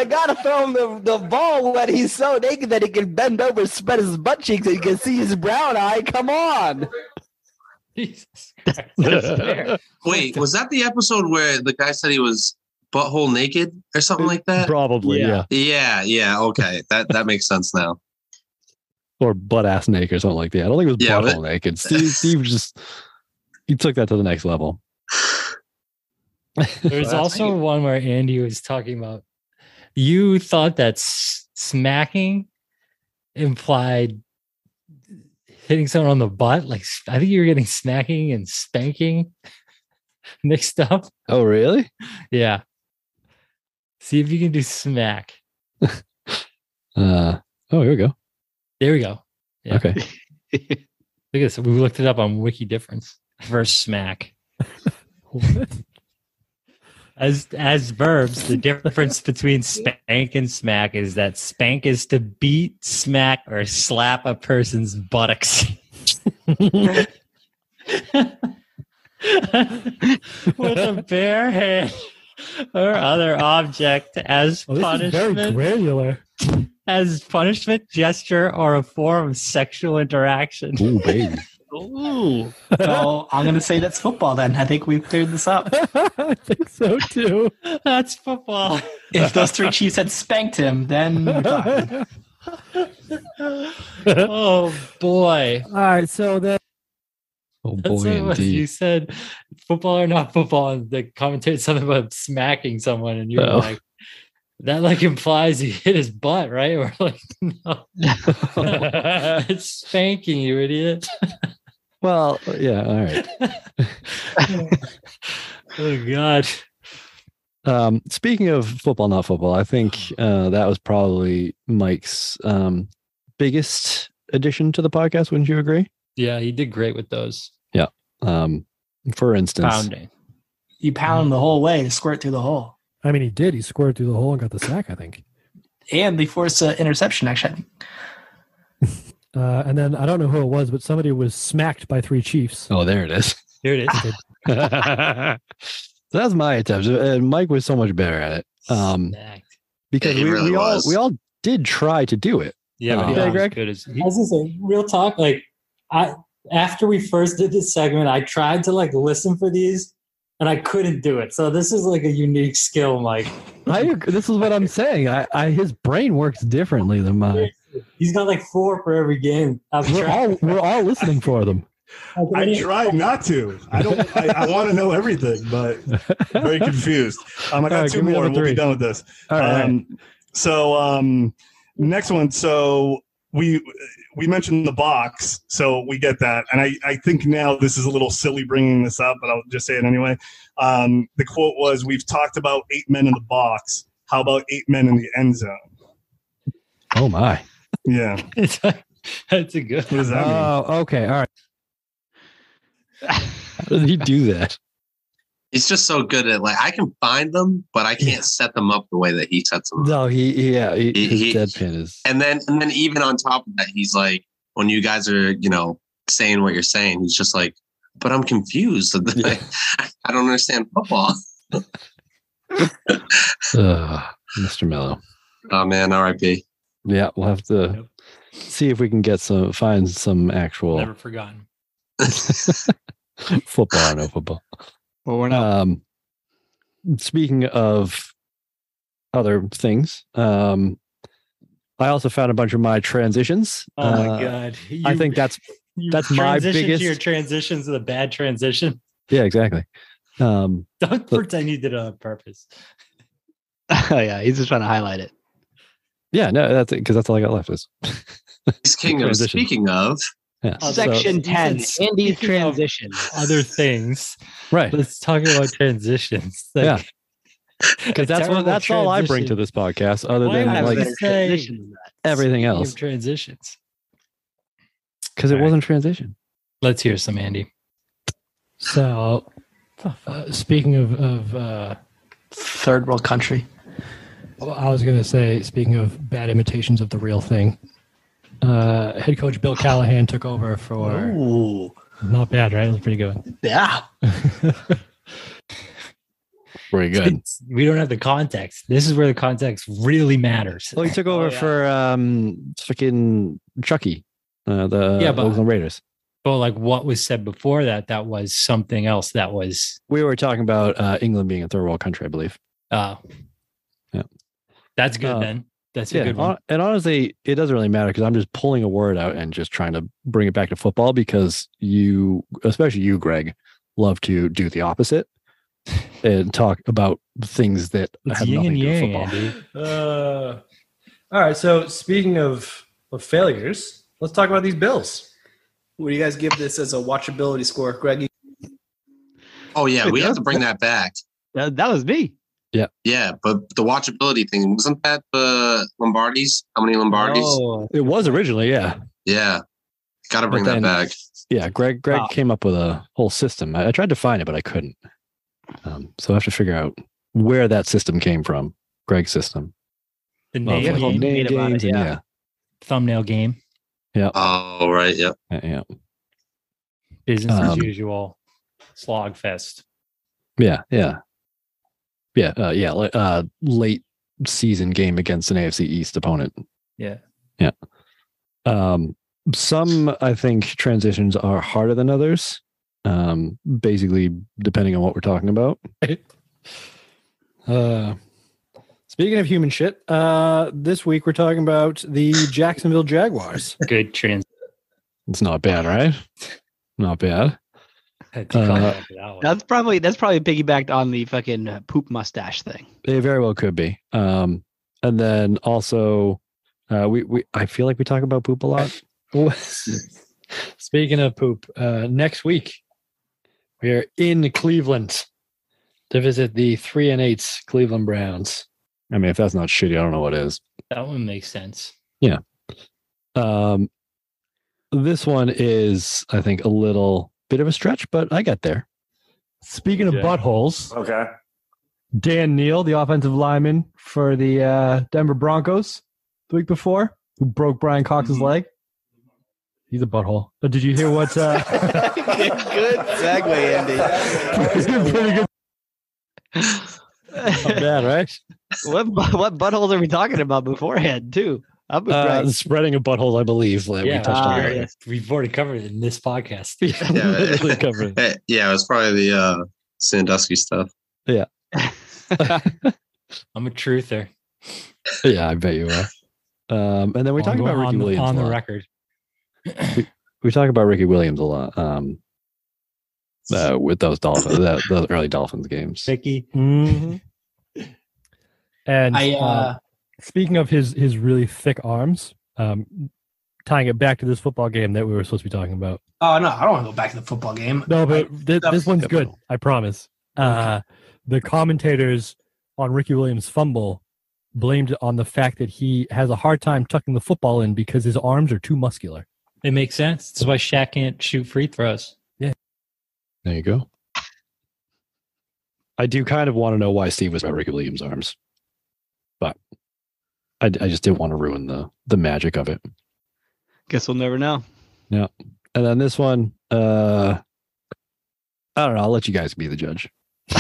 S13: gotta throw him the, the ball when he's so naked that he can bend over, spread his butt cheeks, and you can see his brown eye. Come on.
S5: Wait, was that the episode where the guy said he was butthole naked or something like
S3: Uh,
S5: that?
S2: Probably, yeah.
S5: Yeah, yeah. Okay, that that makes sense now.
S2: Or butt ass naked or something like that. I don't think it was
S5: Yeah,
S2: butthole
S5: but-
S2: naked. Steve, Steve just he took that to the next level.
S3: There was also one where Andy was talking about you thought that s- smacking implied hitting someone on the butt. Like I think you were getting snacking and spanking mixed up.
S2: Oh, really?
S3: Yeah. See if you can do smack.
S2: Uh, oh, here we go.
S3: There we go. Yeah.
S2: Okay.
S3: Look at this. We looked it up on Wiki Difference versus smack.
S10: As as verbs, the difference between spank and smack is that spank is to beat, smack, or slap a person's buttocks. with a bare hand or other object as
S3: Oh,
S8: Well, this is very
S10: punishment
S8: granular.
S10: as punishment, gesture, or a form of sexual interaction.
S2: Ooh, baby.
S10: Ooh.
S7: So I'm going to say that's football then. I think we've cleared this up.
S8: I think so too.
S10: That's football.
S7: If those three Chiefs had spanked him, then we're talking.
S10: oh boy.
S8: All right, so then
S2: Oh
S10: That's
S2: boy,
S10: what it was.
S2: indeed.
S10: You said football or not football, and the commentator said something about smacking someone, and you were
S2: Oh.
S10: like, that like implies he hit his butt, right? We're like, no, it's spanking, you idiot.
S2: Well, yeah. All right.
S10: oh god.
S2: Um, speaking of football, not football, I think
S5: Mm.
S2: uh, that was probably Mike's um, biggest addition to the podcast. Wouldn't you agree?
S3: Yeah, he did great with those.
S2: Um, for instance,
S3: Pounding.
S7: You pound the whole way to squirt through the hole.
S8: I mean, he did. He squared through the hole and got the sack, I think.
S7: And they force an interception, actually.
S8: Uh, and then I don't know who it was, but somebody was smacked by three Chiefs.
S2: oh, there it is.
S10: Here it is.
S2: so that was my attempt, and Mike was so much better at it. Um,
S10: Smacked.
S2: because
S5: It
S2: we,
S5: really
S2: we all
S5: was.
S2: we all did try to do it.
S3: Yeah,
S2: Oh.
S3: but he
S2: Yeah,
S3: was
S2: Greg?
S3: good as he,
S11: Uh, I was just saying, real talk. Like, I after we first did this segment, I tried to like listen for these, and I couldn't do it. So this is like a unique skill, Mike.
S2: I ag- this is what I'm saying. I, I his brain works differently than mine.
S11: He's got like four for every game. I've
S2: We're
S11: tried.
S2: all we're all listening for them.
S12: I try not to. I don't. I, I want to know everything, but I'm very confused. Um, I got
S2: All right,
S12: two
S2: give me
S12: more. and
S2: number
S12: We'll
S2: three.
S12: be done with this.
S2: All right.
S12: Um, so um, next one. So we we mentioned the box, so we get that, and I I think now this is a little silly bringing this up, but I'll just say it anyway. Um, the quote was, "We've talked about eight men in the box. How about eight men in the end zone?"
S2: oh my.
S12: Yeah,
S10: It's like, that's a good
S12: what does that mean?
S2: Oh, okay. All right. How did he do that?
S5: He's just so good at like I can find them, but I can't set them up the way that he sets them up.
S2: No, he yeah, he,
S5: He-
S2: his
S5: he-
S2: deadpan is
S5: And then and then even on top of that, he's like, when you guys are, you know, saying what you're saying, he's just like, but I'm confused. I don't understand football.
S2: Ugh, Mr. Mello.
S5: Oh man, R.I.P.
S2: Yeah, we'll have to see if we can get some find some actual
S3: never forgotten.
S2: football or no football.
S4: Well, we're not.
S2: Um, speaking of other things, um, I also found a bunch of my transitions.
S11: Oh
S2: Uh,
S11: my god!
S2: I
S11: You-
S2: think that's
S11: you
S2: that's my
S11: transitioned
S2: biggest-
S11: To your transitions is a bad transition.
S2: yeah, exactly. Um,
S11: Don't
S2: But-
S11: pretend you did it on purpose.
S4: Oh, yeah, he's just trying to highlight it.
S2: yeah, no, that's because that's all I got left is
S5: He's king of
S2: Transition.
S5: speaking of.
S2: yeah.
S10: Oh, so-
S4: Section
S10: you said
S4: 10, Andy's
S10: speaking of
S4: transition.
S10: Other things.
S2: right.
S10: Let's talk about transitions.
S2: Yeah.
S10: a
S2: Because that's what
S10: terrible
S2: that's all I bring to
S10: transition.
S2: this podcast, other
S10: Why
S2: than
S10: would
S4: Has
S10: like-
S2: like
S4: better
S10: say-
S4: transition than that.
S2: everything
S10: Speaking of
S2: else.
S10: transitions.
S2: Because it
S10: Alright.
S2: wasn't transition.
S3: Let's hear some Andy.
S8: So, uh, speaking of, of uh,
S7: Third world country.
S8: Well, I was going to say, speaking of bad imitations of the real thing, uh, head coach Bill Callahan took over for.
S7: Ooh.
S8: Not bad, right? It was pretty good.
S7: Yeah.
S2: Pretty good.
S10: It's- we don't have the context. This is where the context really matters.
S2: Well, he Oh, took
S3: Oh,
S10: Oh,
S2: over for um freaking Chucky, uh, the
S10: Yeah, but-
S2: Oakland Raiders.
S3: But like what was said before that, that was something else. That was
S2: We were talking about uh, England being a third world country, I believe.
S3: uh
S2: Yeah.
S3: That's good
S2: Uh,
S3: then. That's a
S2: yeah, Uh,
S3: good one.
S2: hon- and honestly, it doesn't really matter because I'm just pulling a word out and just trying to bring it back to football because you, especially you, Greg, love to do the opposite and talk about things that
S10: It's
S2: have
S10: yin
S2: nothing
S10: and
S2: to do with
S10: yang,
S2: football.
S3: Andy.
S15: Uh, all right. So speaking of, of failures, let's talk about these Bills. What do you guys give this as a watchability score, Greg?
S5: Oh yeah, we have to bring that back.
S4: That, that was me.
S2: Yeah.
S5: Yeah, but the watchability thing wasn't that the Lombardi's? How many Lombardi's?
S2: It was originally, yeah.
S5: Yeah, got to bring
S2: But then-
S5: that back.
S2: Yeah, Greg Greg
S5: Wow.
S2: came up with a whole system. I, I tried to find it, but I couldn't. Um, so I have to figure out where that system came from. Greg's system.
S10: The
S2: Of,
S10: name
S2: like,
S10: game.
S2: name
S10: Made about it,
S2: games and-
S10: yeah.
S2: yeah.
S10: thumbnail game.
S2: Yeah.
S5: Oh right, yep.
S2: Yeah. Yeah.
S10: Business as
S2: Um,
S10: usual.
S3: Slog fest.
S2: Yeah, yeah, yeah, uh, yeah. li- Uh, late season game against an AFC East opponent.
S10: Yeah.
S2: Yeah. Um, some I think transitions are harder than others. Um, basically, depending on what we're talking about. Uh, speaking of human shit, uh, this week we're talking about the Jacksonville Jaguars.
S3: Good trans.
S2: It's not bad, right? Not bad. Uh,
S4: that's probably that's probably piggybacked on the fucking uh, poop mustache thing.
S2: They very well could be. Um, and then also, uh, we we I feel like we talk about poop a lot. Speaking of poop, uh, next week we are in Cleveland to visit the three and eight Cleveland Browns. I mean, if that's not shitty, I don't know what is.
S3: That one makes sense.
S2: Yeah. Um, this one is, I think, a little bit of a stretch, but I got there.
S8: Speaking of
S2: Yeah.
S8: buttholes,
S14: Okay.
S8: Dan Neal, the offensive lineman for the uh, Denver Broncos, the week before, who broke Brian Cox's
S6: Mm-hmm.
S8: leg. He's a butthole. Uh, did you hear what? Uh,
S13: Good segue, Andy.
S8: pretty good.
S2: bad, right?
S4: what bu- what buttholes are we talking about beforehand too? I'm with
S2: Uh,
S4: Greg.
S2: the spreading of buttholes, I believe. Like we touched on
S3: Ah,
S2: earlier.
S3: yes. We've already covered it in this podcast.
S5: Yeah,
S2: covered.
S5: yeah, it was probably the uh, Sandusky stuff.
S2: Yeah.
S3: I'm a truther.
S2: Yeah, I bet you are. Um, and then we
S3: On
S2: talk
S3: the-
S2: about Ricky
S3: on the-
S2: Williams
S3: on
S2: a
S3: the
S2: lot.
S3: record.
S2: We talk about Ricky Williams a lot. Um, uh, with those Dolphins, that, those early Dolphins games.
S3: Ricky.
S8: Mm-hmm. And
S6: I,
S8: uh,
S6: uh,
S8: speaking of his his really thick arms, um, tying it back to this football game that we were supposed to be talking about.
S6: Oh no, I don't want to go back to the football game.
S8: No, but th- this one's good. I promise. Uh, the commentators on Ricky Williams' fumble blamed it on the fact that he has a hard time tucking the football in because his arms are too muscular.
S3: It makes sense. That's why Shaq can't shoot free throws.
S2: There you go. I do kind of want to know why Steve was about Ricky Williams' arms, but I, I just didn't want to ruin the the magic of it.
S4: Guess we'll never know.
S2: Yeah. And then this one, uh, I don't know. I'll let you guys be the judge.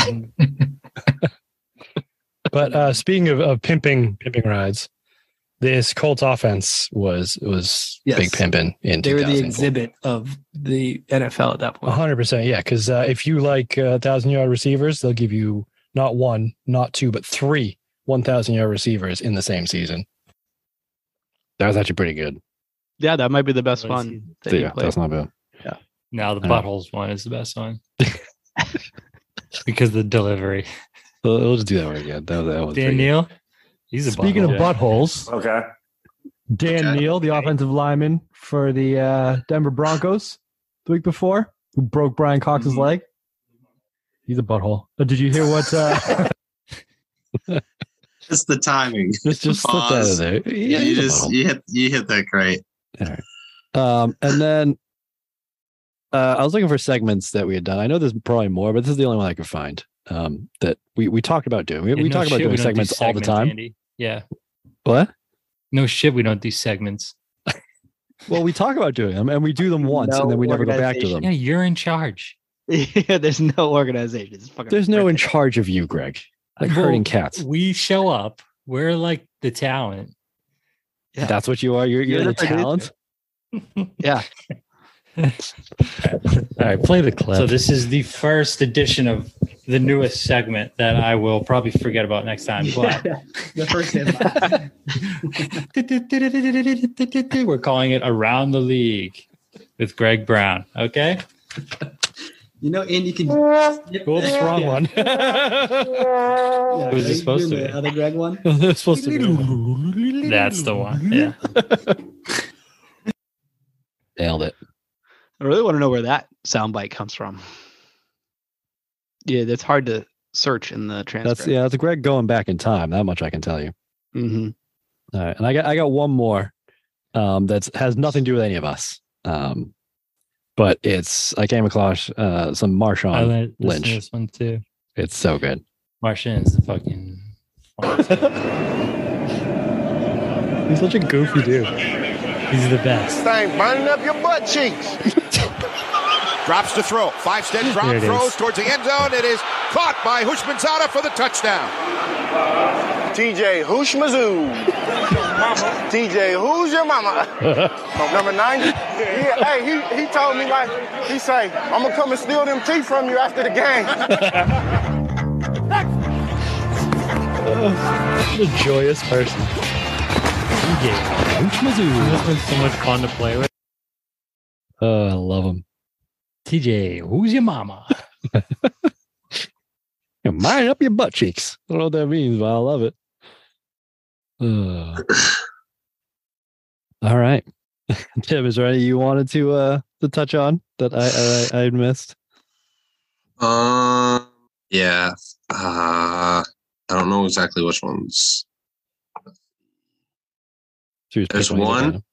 S2: but uh, speaking of, of pimping, pimping rides, this Colts offense was was
S7: Yes.
S2: big pimping in
S7: They were the
S2: 2004.
S7: exhibit of the NFL at that point.
S2: A
S6: Uh-huh.
S2: hundred percent, yeah. Because uh, if you like uh, thousand yard receivers, they'll give you not one, not two, but three one thousand yard receivers in the same season. That was actually pretty good.
S4: Yeah, that might be the best one. That you
S2: yeah,
S4: played.
S2: that's not bad.
S3: Now the
S2: I know.
S3: buttholes one is the best one because of the delivery.
S2: We'll, we'll just do that one again. That, that was pretty good.
S3: Daniel, he's a
S8: Speaking
S3: butthole.
S8: of buttholes,
S14: Okay.
S8: Dan Neal, the offensive lineman for the uh, Denver Broncos, the week before, who broke Brian Cox's
S16: Mm-hmm.
S8: leg. He's a butthole. Uh, did you hear what? Uh,
S5: Just the timing.
S2: Just, just slip that in there. Yeah,
S5: you
S2: he's a
S5: just
S2: butthole.
S5: you hit you hit that great.
S2: Um, and then uh, I was looking for segments that we had done. I know there's probably more, but this is the only one I could find um, that we, we talked about doing. We,
S3: Yeah,
S2: we
S3: no
S2: talk about
S3: shit,
S2: doing
S3: we don't do
S2: segments, all the
S3: segments,
S2: time.
S3: Andy. Yeah.
S2: What?
S3: No shit, we don't do segments.
S2: Well, we talk about doing them and we do them once and then we never go back to them.
S3: Yeah, you're in charge.
S4: yeah, there's no organization. It's fucking
S2: There's no in charge of you, Greg. Like
S3: Well,
S2: herding cats.
S3: We show up. We're like the talent.
S2: That's what you are. You're, you're
S3: Yeah,
S2: the
S3: that's what it is.
S2: talent.
S4: yeah.
S3: All right, play the clip. So this is the first edition of the newest segment that I will probably forget about next time. But
S6: the first headline.
S3: We're calling it Around the League with Greg Brown. Okay.
S6: You know, Andy can.
S3: Whoops, wrong one.
S6: yeah,
S3: It was
S6: Greg,
S3: supposed
S6: do
S3: to
S6: the Other Greg one.
S2: supposed
S6: to be.
S3: That's the one. Yeah.
S2: Nailed it.
S4: I really want to know where that soundbite comes from. Yeah, that's hard to search in the transcript.
S2: That's yeah, that's Greg going back in time. That much I can tell you.
S4: Mhm.
S2: All right, and I got I got one more um, that has nothing to do with any of us, um, but it's I came across uh, some
S16: I
S2: Marshawn
S16: listen to
S2: Lynch.
S16: this one too.
S2: It's so good.
S16: Marshawn is the fucking.
S2: He's such a goofy dude.
S16: He's the best.
S12: thing burning up your butt cheeks. Drops to throw. Five step drop
S16: There it
S12: throws
S16: is.
S12: towards the end zone. It is caught by Hushmanzada for the touchdown. TJ Hushmazoo. TJ, who's your mama? Number 90. Yeah, hey, he, he told me like, he say, I'm gonna come and steal them teeth from you after the game.
S8: a joyous person.
S16: This one's so much fun to play with.
S2: Oh, I love him.
S16: TJ, who's your mama?
S2: You mind up your butt cheeks. I don't know what that means, but I love it. Ugh. All right, Tim. Is there any you wanted to uh to touch on that I I, I missed?
S5: Um. Yeah. Uh, I don't know exactly which ones.
S2: Should we just
S5: There's
S2: pick either
S5: one.
S2: time?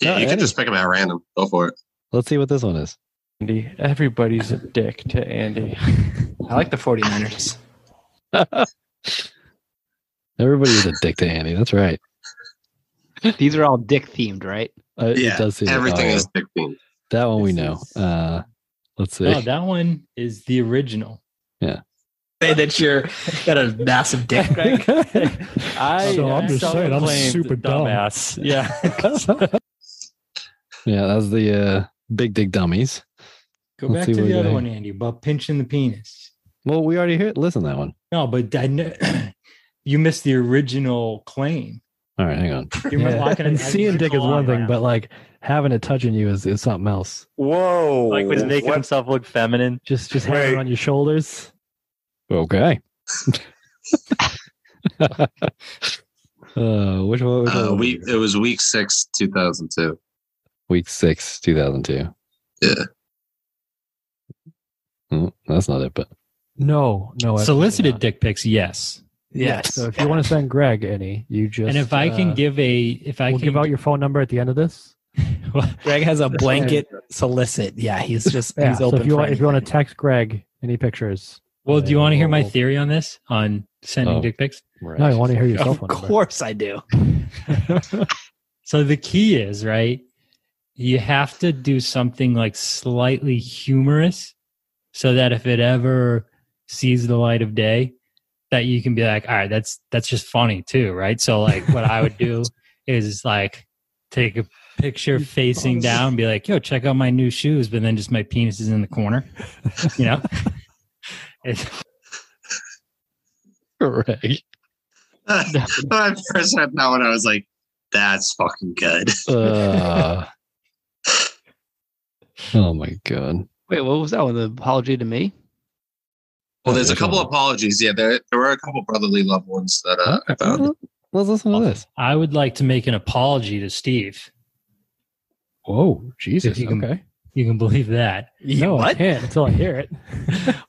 S5: Yeah,
S2: No,
S5: you can
S2: any.
S5: just pick them at random. Go for it.
S2: Let's see what this one is.
S17: Andy, everybody's a dick to Andy.
S7: I like the 49ers.
S2: Everybody is a dick to Andy. That's right.
S4: These are all dick themed, right?
S2: Uh, it does seem like-
S4: everything
S2: oh,
S4: is
S5: yeah. themed.
S2: That one we know. Uh, let's see.
S3: Oh,
S16: No, that one is the original.
S2: Yeah.
S7: Say that you're got a massive dick, Greg.
S17: I,
S8: So I'm just saying, I'm
S17: self-proclaimed
S8: super dumb.
S17: dumbass. Yeah.
S2: Yeah, that's the uh, big dick dummies.
S16: Go back
S2: Let's see
S16: to
S2: what we
S16: the other
S2: got.
S16: one, Andy, about pinching the penis.
S2: Well, we already heard. Listen to that one.
S16: No, but I know, you missed the original claim.
S2: All right, hang on.
S16: You remember locking
S8: And
S16: it-
S8: seeing dick is
S16: on
S8: one thing,
S16: around.
S8: but like having it touching you is, is something else.
S18: Whoa.
S17: like was making
S18: What-
S17: himself look feminine.
S8: Just just having it on your shoulders.
S2: Okay. uh, which one? Which
S5: Uh,
S2: one
S5: we it was week six, two thousand two.
S2: Week six, two thousand two.
S5: Yeah.
S2: Mm, that's not it, but
S8: No, no.
S3: Solicited dick pics, yes.
S8: Yes. So if you want to send Greg any, you just
S3: and if I can
S8: uh,
S3: give a, if I
S8: we'll
S3: can,
S8: give out your phone number at the end of this.
S7: Greg has a blanket solicit. Yeah, he's just
S8: Yeah.
S7: he's
S8: So
S7: open.
S8: if you
S7: for
S8: want, if you want
S7: anything.
S8: to text Greg any pictures,
S3: well, do you want to hear my theory on this on sending
S8: Oh,
S3: dick pics?
S2: right.
S8: no, I want to hear your cell
S7: of
S8: phone. number.
S7: course I do.
S3: So the key is right. You have to do something like slightly humorous, so that if it ever sees the light of day, that you can be like, all right, that's that's just funny too, right? So like, what I would do is like take a picture facing down, be like, yo, check out my new shoes, but then just my penis is in the corner, you know. It's-
S2: Right.
S5: when I first read that one, I was like, "That's fucking good."
S2: Uh, oh my god!
S4: Wait, what was that one? The apology to me?
S5: Well, there's a couple apologies. Yeah, there there were a couple brotherly love ones that uh, I found.
S2: Let's listen to this.
S3: I would like to make an apology to Steve.
S2: Whoa, Jesus!
S3: If you can-
S2: Okay.
S3: You can believe that.
S8: No, I can't until I hear it.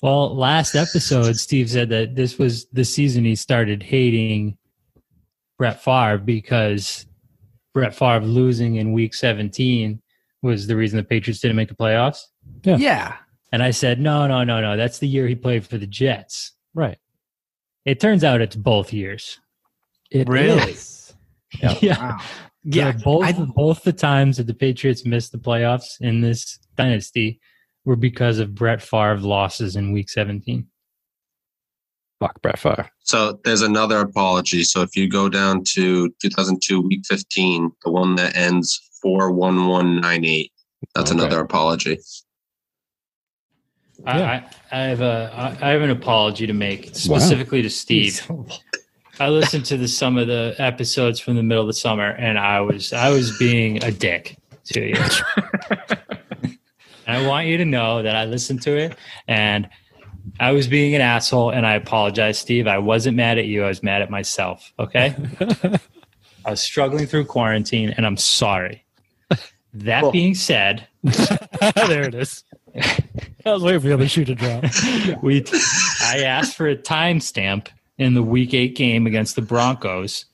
S3: Well, last episode, Steve said that this was the season he started hating Brett Favre because Brett Favre losing in week 17 was the reason the Patriots didn't make the playoffs.
S8: Yeah.
S3: And I said, no, no, no, no. That's the year he played for the Jets.
S8: Right.
S3: It turns out it's both years.
S8: It
S3: Really?
S8: is.
S3: Yeah.
S7: Yeah,
S3: So both both the times that the Patriots missed the playoffs in this dynasty were because of Brett Favre losses in Week 17.
S2: Fuck Brett Favre.
S5: So there's another apology. So if you go down to 2002, week 15, the one that ends 41198, that's
S2: Okay.
S5: another apology.
S3: I I, I have a I I have an apology to make specifically to Steve. I listened to the some of the episodes from the middle of the summer, and I was I was being a dick to you. and I want you to know that I listened to it, and I was being an asshole, and I apologize, Steve. I wasn't mad at you. I was mad at myself. Okay. I was struggling through quarantine, and I'm sorry. That being said,
S8: there it is. I was waiting for the other shoe to drop.
S3: we I asked for a timestamp in the week eight game against the Broncos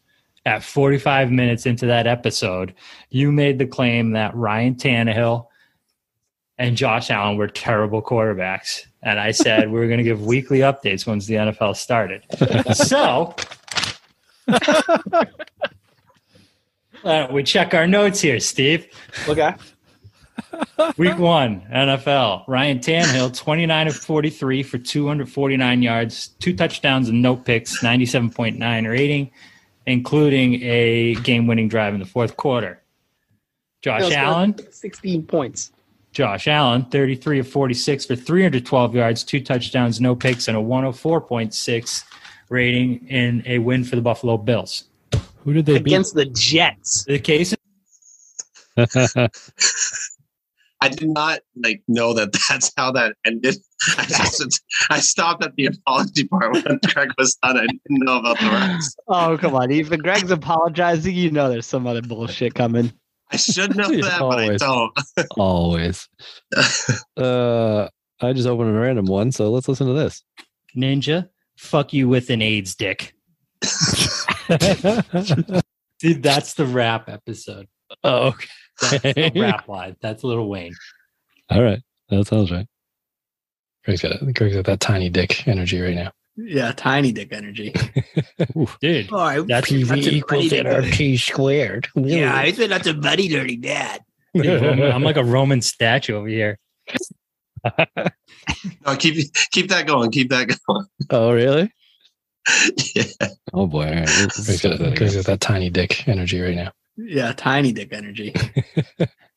S3: at 45 minutes into that episode. You made the claim that Ryan Tannehill and Josh Allen were terrible quarterbacks. And I said we were going to give weekly updates once the NFL started. so uh, we check our notes here, Steve.
S19: Okay.
S3: Week one, NFL. Ryan Tannehill, 29 of 43 for 249 yards, two touchdowns and no picks, 97.9 rating, including a game winning drive in the fourth quarter. Josh
S20: Bills
S3: Allen,
S20: scored 16 points.
S3: Josh Allen, 33 of 46 for 312 yards, two touchdowns, no picks, and a 104.6 rating in a win for the Buffalo Bills.
S8: Who did they
S20: Against the Jets.
S3: The case
S8: beat?
S5: I did not like know that that's how that ended. I just I stopped at the apology part when Greg was done. I didn't know about the rest.
S20: Oh, come on. Even Greg's apologizing. You know there's some other bullshit coming.
S5: I should know that, but I
S2: Always.
S5: don't.
S2: Always. uh, I just opened a random one, so let's listen to this.
S3: Ninja, fuck you with an AIDS dick. Dude, that's the rap episode.
S2: Oh,
S3: That's the rap line. That's Little Wayne.
S2: All right, that sounds right. Greg's got Greg's got that tiny dick energy right now.
S7: Yeah, tiny dick energy.
S3: Dude,
S7: All right,
S3: that's
S7: that's a
S3: V
S7: bloody
S3: equals
S7: dick
S3: NRT squared.
S7: Yeah, I said that's a buddy dirty dad.
S3: Dude, Roman- I'm like a Roman statue over here.
S5: No, keep keep that going. Keep that going.
S2: Oh, really?
S5: Yeah.
S2: Oh boy, all right. Greg's got, Greg's got that tiny dick energy right now.
S7: Yeah, tiny dick energy.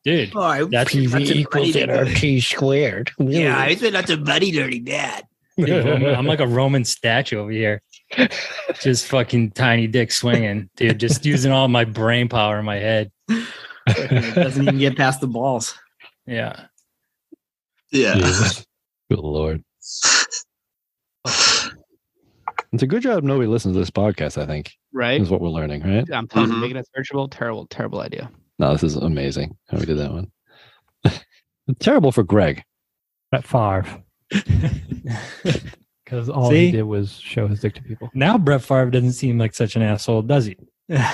S3: Dude,
S7: All right,
S3: that's
S7: a
S3: V
S7: buddy
S3: equals
S7: dick
S3: NRT squared.
S7: Yeah, I said that's a buddy dirty dad.
S3: Dude, Roman- I'm like a Roman statue over here. Just fucking tiny dick swinging, dude. Just using all my brain power in my head.
S7: It doesn't even get past the balls.
S3: Yeah.
S5: Yeah.
S2: Jesus. Good lord. It's a good job nobody listens to this podcast, I think.
S4: Right.
S2: Is what we're learning,
S8: Mm-hmm.
S2: right?
S4: I'm telling you, making it searchable, terrible, terrible idea.
S2: No, this is amazing how we did that one. Terrible for Greg.
S8: Brett Favre. Because all
S3: See?
S8: he did was show his dick to people.
S3: Now Brett Favre doesn't seem like such an asshole, does he?
S2: Well,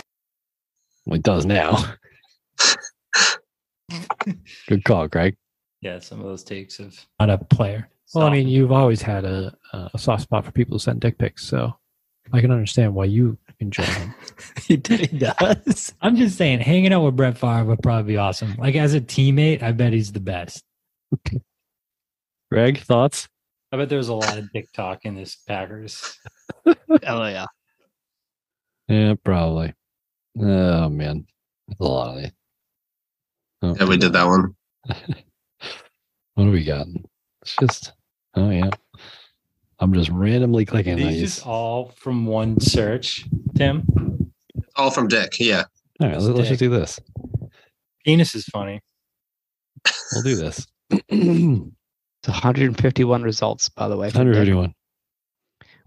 S2: it does now. Good call, Greg.
S3: Yeah, some of those takes of
S8: Not a player. Well, I mean, you've always had a, a soft spot for people who send dick pics, so I can understand why you enjoy them.
S3: he does. I'm just saying, hanging out with Brett Favre would probably be awesome. Like as a teammate, I bet he's the best.
S2: Greg, thoughts?
S3: I bet there's a lot of dick talk in this Packers.
S4: Oh yeah.
S2: Yeah, probably. Oh man, that's a lot of it. Oh,
S5: Yeah, we did that one.
S2: What do we got? It's just oh yeah. I'm just randomly clicking
S3: These
S2: these.
S3: just all from one search. Tim,
S5: All from Dick. Yeah.
S2: All right, let's, let's just do this.
S3: penis is funny.
S2: We'll do this.
S4: It's 151 results, by the way.
S2: 151.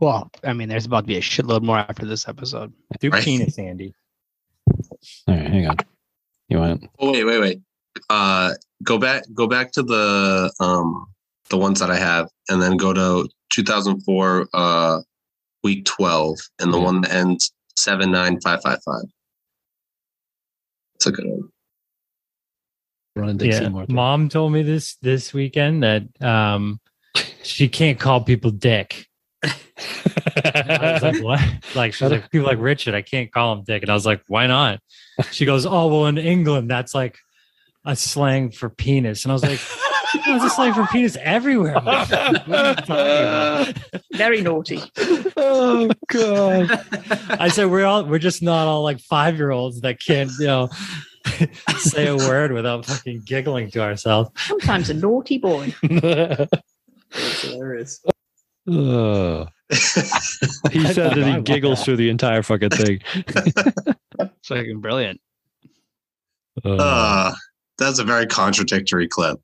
S4: Well, I mean, there's about to be a shitload more after this episode.
S3: Do penis, Andy.
S2: All right, hang on. You want?
S5: Oh, wait, wait, wait. Uh, go back. Go back to the um the ones that I have, and then go to 2004 uh week 12, and the one that ends seven nine five five five. It's a good one.
S2: Run
S3: Yeah, mom told me this this weekend that um she can't call people dick. I was like, what? Like she's like people like Richard, I can't call him dick, and I was like, why not? She goes, oh well, in England that's like a slang for penis, and I was like, no, it's a slang for penis everywhere. Mom.
S1: Very naughty.
S2: oh god!
S3: I said we're all we're just not all like five year olds that can't you know say a word without fucking giggling to ourselves.
S1: Sometimes a naughty boy.
S21: That's hilarious.
S2: Oh. he said that he giggles through the entire fucking thing.
S4: It's fucking brilliant.
S2: Oh.
S5: Uh, that's a very contradictory clip.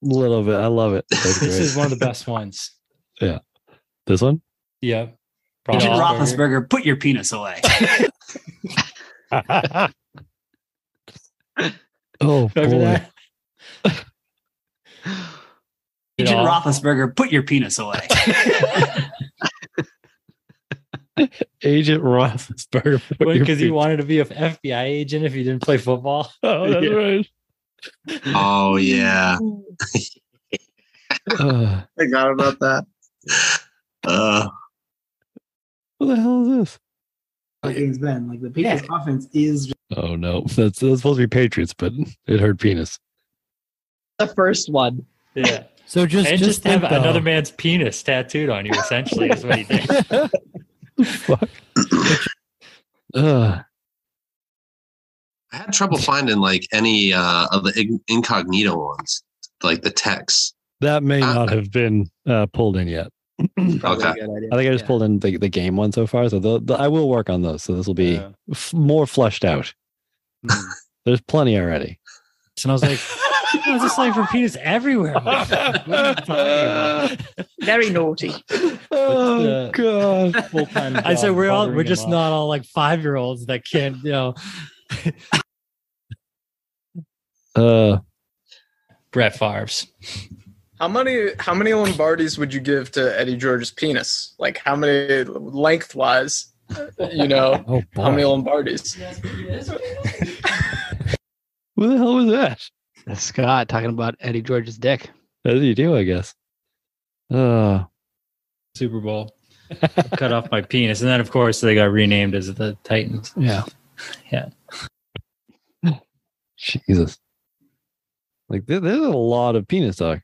S2: little bit. I love it. That's
S3: This
S2: great.
S3: is one of the best ones.
S2: this one.
S3: Yeah. Probably.
S7: Richard Roethlisberger, put your penis away.
S2: Oh Oh,
S3: Remember
S2: boy.
S3: that? It
S7: Agent
S3: all-
S7: Roethlisberger, put your penis away.
S2: Agent Roethlisberger. put your
S3: Because he
S2: feet-
S3: wanted to be an FBI agent if he didn't play football.
S2: Oh, that's right.
S5: Oh yeah,
S2: Uh,
S5: I got about that. Uh,
S2: what the hell is this?
S6: Like it's been like the Patriots offense is just
S2: Oh no, that's, that's supposed to be Patriots, but it heard penis.
S13: the first one.
S3: Yeah.
S8: So just-
S3: and
S8: just
S3: just, have
S8: think, though-
S3: another man's penis tattooed on you. Essentially, is what he did.
S2: Uh,
S5: I had trouble finding like any uh, of the ig- incognito ones, like the text.
S2: that may
S8: Ah.
S2: not have been uh, pulled in yet.
S5: Okay.
S2: I think I just pulled in the, the game one so far, so the, the, I will work on those. So this will be f- more fleshed out. Hmm. There's plenty already.
S3: Smells like I was just like for penis everywhere.
S22: Very naughty.
S2: Oh god!
S3: Full time.
S11: I said we're all we're just not
S3: all like five year olds that can't you know.
S2: Uh,
S11: Brett Favre's.
S22: How many how many Lombardis would you give to Eddie George's penis? Like how many lengthwise? You know,
S2: Oh,
S22: how many
S2: boy.
S22: Lombardis?
S2: What the hell was that?
S4: That's Scott talking about Eddie George's dick.
S2: As you do, I guess. Uh,
S11: Super Bowl. Cut off my penis. And then, of course, they got renamed as the Titans.
S2: Yeah.
S11: Yeah.
S2: Jesus. Like there, there's a lot of penis talk.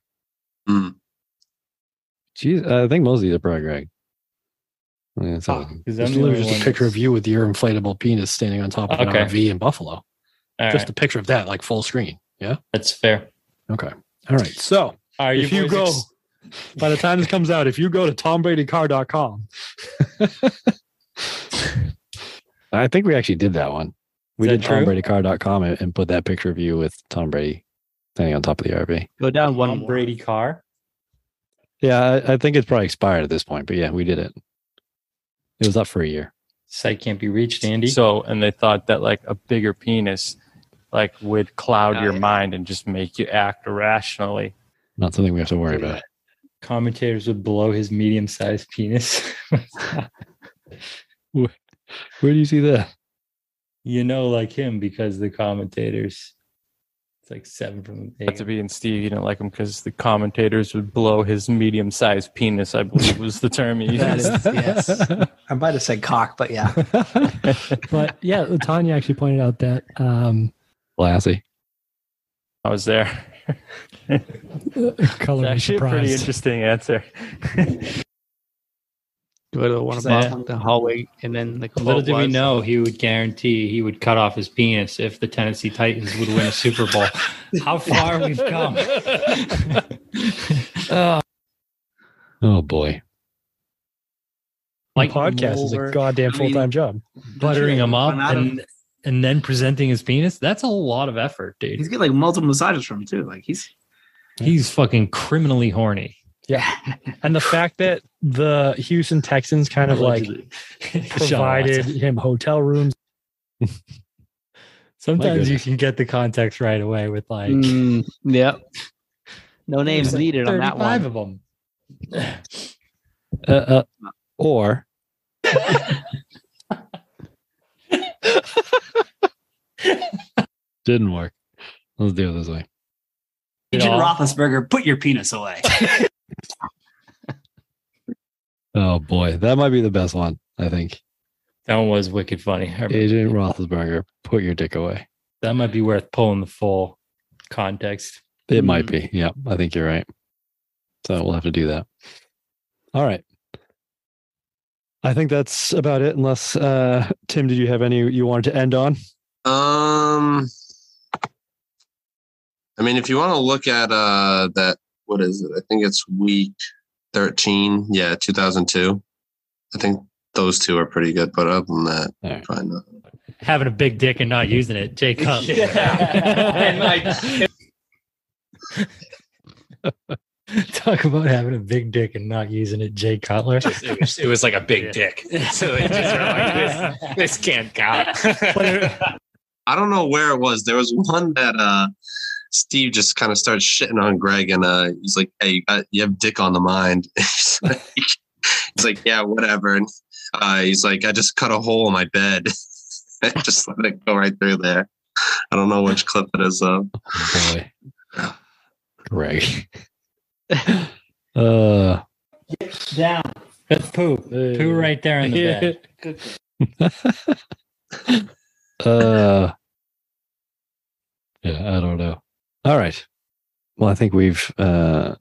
S2: Jeez, I think most of these are probably Greg. I mean, it's all-
S11: Is that
S23: There's
S11: Ah, the
S23: literally
S11: only
S23: just
S11: one
S23: a picture of you with your inflatable penis standing on top of
S11: Okay.
S23: an RV in Buffalo.
S11: All
S23: just
S11: right.
S23: a picture of that, like full screen. Yeah.
S11: That's fair.
S23: Okay. All right. So
S11: Are you
S23: if you
S11: boys
S23: go,
S11: ex-
S23: by the time this comes out, if you go to tombradycar.com,
S2: I think we actually did that one. We
S4: Is
S2: did
S4: that true?
S2: TomBradyCar.com and, and put that picture of you with Tom Brady standing on top of the RV.
S4: Go down one
S3: Tom Brady car.
S2: Yeah, I, I think it's probably expired at this point, but yeah, we did it. It was up for a year.
S3: Site can't be reached, Andy.
S9: So, and they thought that like a bigger penis, like would cloud your mind and just make you act irrationally.
S2: Not something we have to worry about.
S3: Commentators would blow his medium sized penis.
S2: Where, where do you see that?
S3: You know, like him because the commentators. It's like seven from the
S9: But to be and Steve, you didn't like him because the commentators would blow his medium-sized penis. I believe was the term he used.
S7: That is- yes. I might have said cock, but yeah.
S8: But yeah, Tanya actually pointed out that um,
S2: Lassie.
S9: I was there.
S8: color me
S9: Actually, a pretty
S8: surprised.
S9: interesting answer.
S4: Go to the one
S3: Is
S4: above
S3: that-
S4: the hallway and then the
S3: Little
S4: quote
S3: did we
S4: was-
S3: know he would guarantee he would cut off his penis if the Tennessee Titans would win a Super Bowl. How far we've come.
S2: Oh, oh boy.
S23: my
S11: Like
S23: podcast is a
S11: more-
S23: goddamn
S11: I
S23: full
S11: mean-
S23: time job.
S11: buttering him up
S6: Run out of-
S11: and and then presenting his penis. That's a lot of effort, dude.
S6: he's getting like multiple massages from him too. Like he's
S11: He's fucking criminally horny.
S23: Yeah. And the fact that the Houston Texans kind of like provided him hotel rooms.
S11: Sometimes you
S23: goodness.
S11: can get the context right away with like
S4: Mm, yep. No names
S11: there's like
S4: needed on that one.
S11: 35 of them.
S2: Uh, uh, or didn't work. Let's do it this way.
S7: Agent
S2: all-
S7: Roethlisberger, put your penis away.
S2: Oh boy, that might be the best one. I think
S3: That one was wicked funny.
S2: Agent Roethlisberger, put your dick away.
S3: That might be worth pulling the full context.
S2: It might be. Yeah, I think you're right. So we'll have to do that. All right. I think that's about it. Unless uh, Tim, did you have any you wanted to end on?
S5: Um, I mean, if you want to look at uh that, what is it? I think it's week thirteen. Yeah, two thousand two. I think those two are pretty good, but other than that, probably not.
S11: Having a big dick and not using it, Jake Huff. Talk about having a big dick and not using it, Jay Cutler.
S23: It was, it was like a big dick. So they just were like, this, this can't count.
S5: I don't know where it was. There was one that uh Steve just kind of starts shitting on Greg, and uh, he's like, "Hey, you, got, you have dick on the mind." he's, like, he's like, "Yeah, whatever." And uh, he's like, "I just cut a hole in my bed. I just let it go right through there." I don't know which clip it is though.
S2: Oh, boy. Greg. uh,
S3: Get down. That's poo. Poo right there in the bed.
S2: uh, yeah, I don't know. All right. Well, I think we've uh,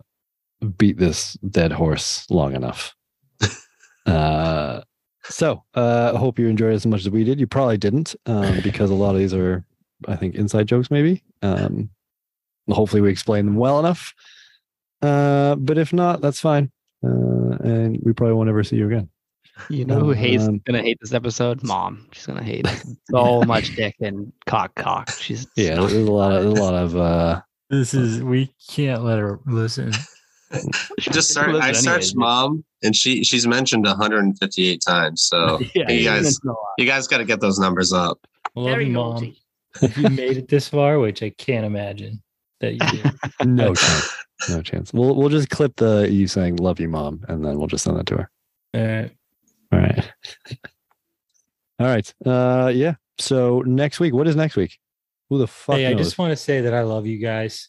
S2: beat this dead horse long enough. uh, so uh, I hope you enjoyed it as much as we did. You probably didn't um, because a lot of these are, I think, inside jokes, maybe. Um, hopefully, we explained them well enough. Uh, but if not, that's fine. Uh, and we probably won't ever see you again.
S4: You know who
S2: Um,
S4: hates gonna hate this episode? Mom. She's gonna hate it. so much dick and cock cock. She's
S2: Yeah, there's a lot of, there's a lot of, uh,
S3: This is we can't let her listen.
S5: Just search, I
S3: Anyways.
S5: searched mom, and she she's mentioned 158 times.
S23: Oh,
S5: So
S3: Yeah,
S5: you
S3: she's
S5: guys,
S3: mentioned a lot.
S5: you guys got to get those numbers up.
S3: Love you, mom. if you made it this far, which I can't imagine that you did.
S2: no chance. No chance. We'll we'll just clip the you saying "love you, mom," and then we'll just send that to her.
S3: Alright.
S2: All right. All right. Uh, yeah. So next week, what is next week? Who the fuck?
S3: Hey, I
S2: knows?
S3: just want to say that I love you guys.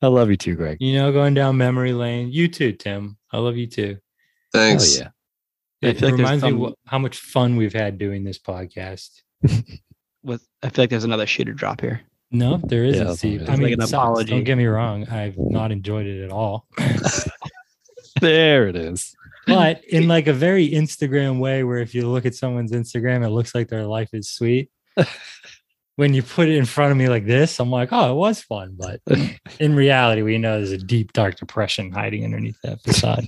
S2: I love you too, Greg.
S3: You know, going down memory lane. You too, Tim. I love you too.
S5: Thanks.
S2: Hell
S4: I
S3: It
S4: feel like there's
S3: reminds me
S4: some-
S3: wh- how much fun we've had doing this podcast.
S4: With I feel like there's another shooter drop here.
S3: No, there isn't,
S4: that's
S3: Steve.
S4: fine.
S3: I
S4: It's
S3: mean,
S4: like an
S3: it sucks,
S4: apology.
S3: Don't get me wrong. I've not enjoyed it at all.
S2: there it is.
S3: But in like a very Instagram way, where if you look at someone's Instagram, it looks like their life is sweet. when you put it in front of me like this, I'm like, oh, it was fun. But in reality, we know there's a deep, dark depression hiding underneath that facade.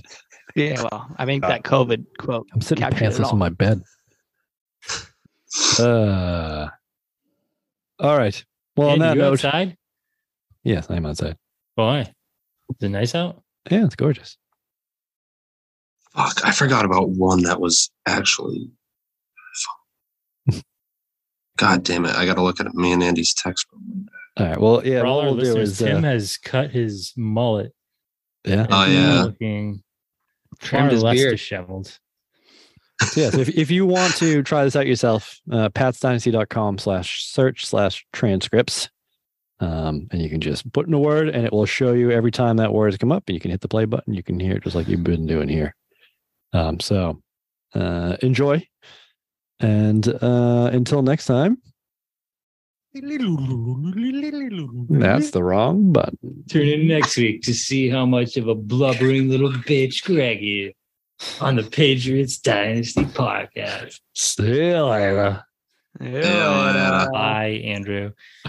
S4: Yeah, well, I
S3: Uh,
S4: think that COVID quote
S2: I'm sitting
S4: captured it
S2: pantsless
S4: all.
S2: on my bed. Uh, all right. Well, on
S3: Andy,
S2: that
S3: you
S2: note,
S3: outside?
S2: yes, I'm outside.
S3: Boy, is it nice out?
S2: Yeah, it's gorgeous.
S5: Fuck, I forgot about one that was actually. God damn it! I got to look at me and Andy's text.
S2: All right. Well, yeah.
S3: For all
S2: what
S3: our
S2: we'll do
S3: listeners,
S2: is,
S3: Tim
S2: uh,
S3: has cut his mullet.
S2: yeah.
S3: and he's
S5: yeah.
S3: Looking
S2: Trimmed
S3: far
S2: his
S3: less
S2: beard.
S3: disheveled.
S2: So yes, if, if you want to try this out yourself, uh, patsdynasty.com slash search slash transcripts. Um, and you can just put in a word and it will show you every time that word has come up and you can hit the play button. You can hear it just like you've been doing here. Um, so uh, enjoy. And uh, until next time,
S7: Mm-hmm.
S2: that's the wrong button.
S24: Tune in next week to see how much of a blubbering little bitch Greg is on the Patriots Dynasty podcast.
S2: Still, Ava.
S3: Bye, Andrew.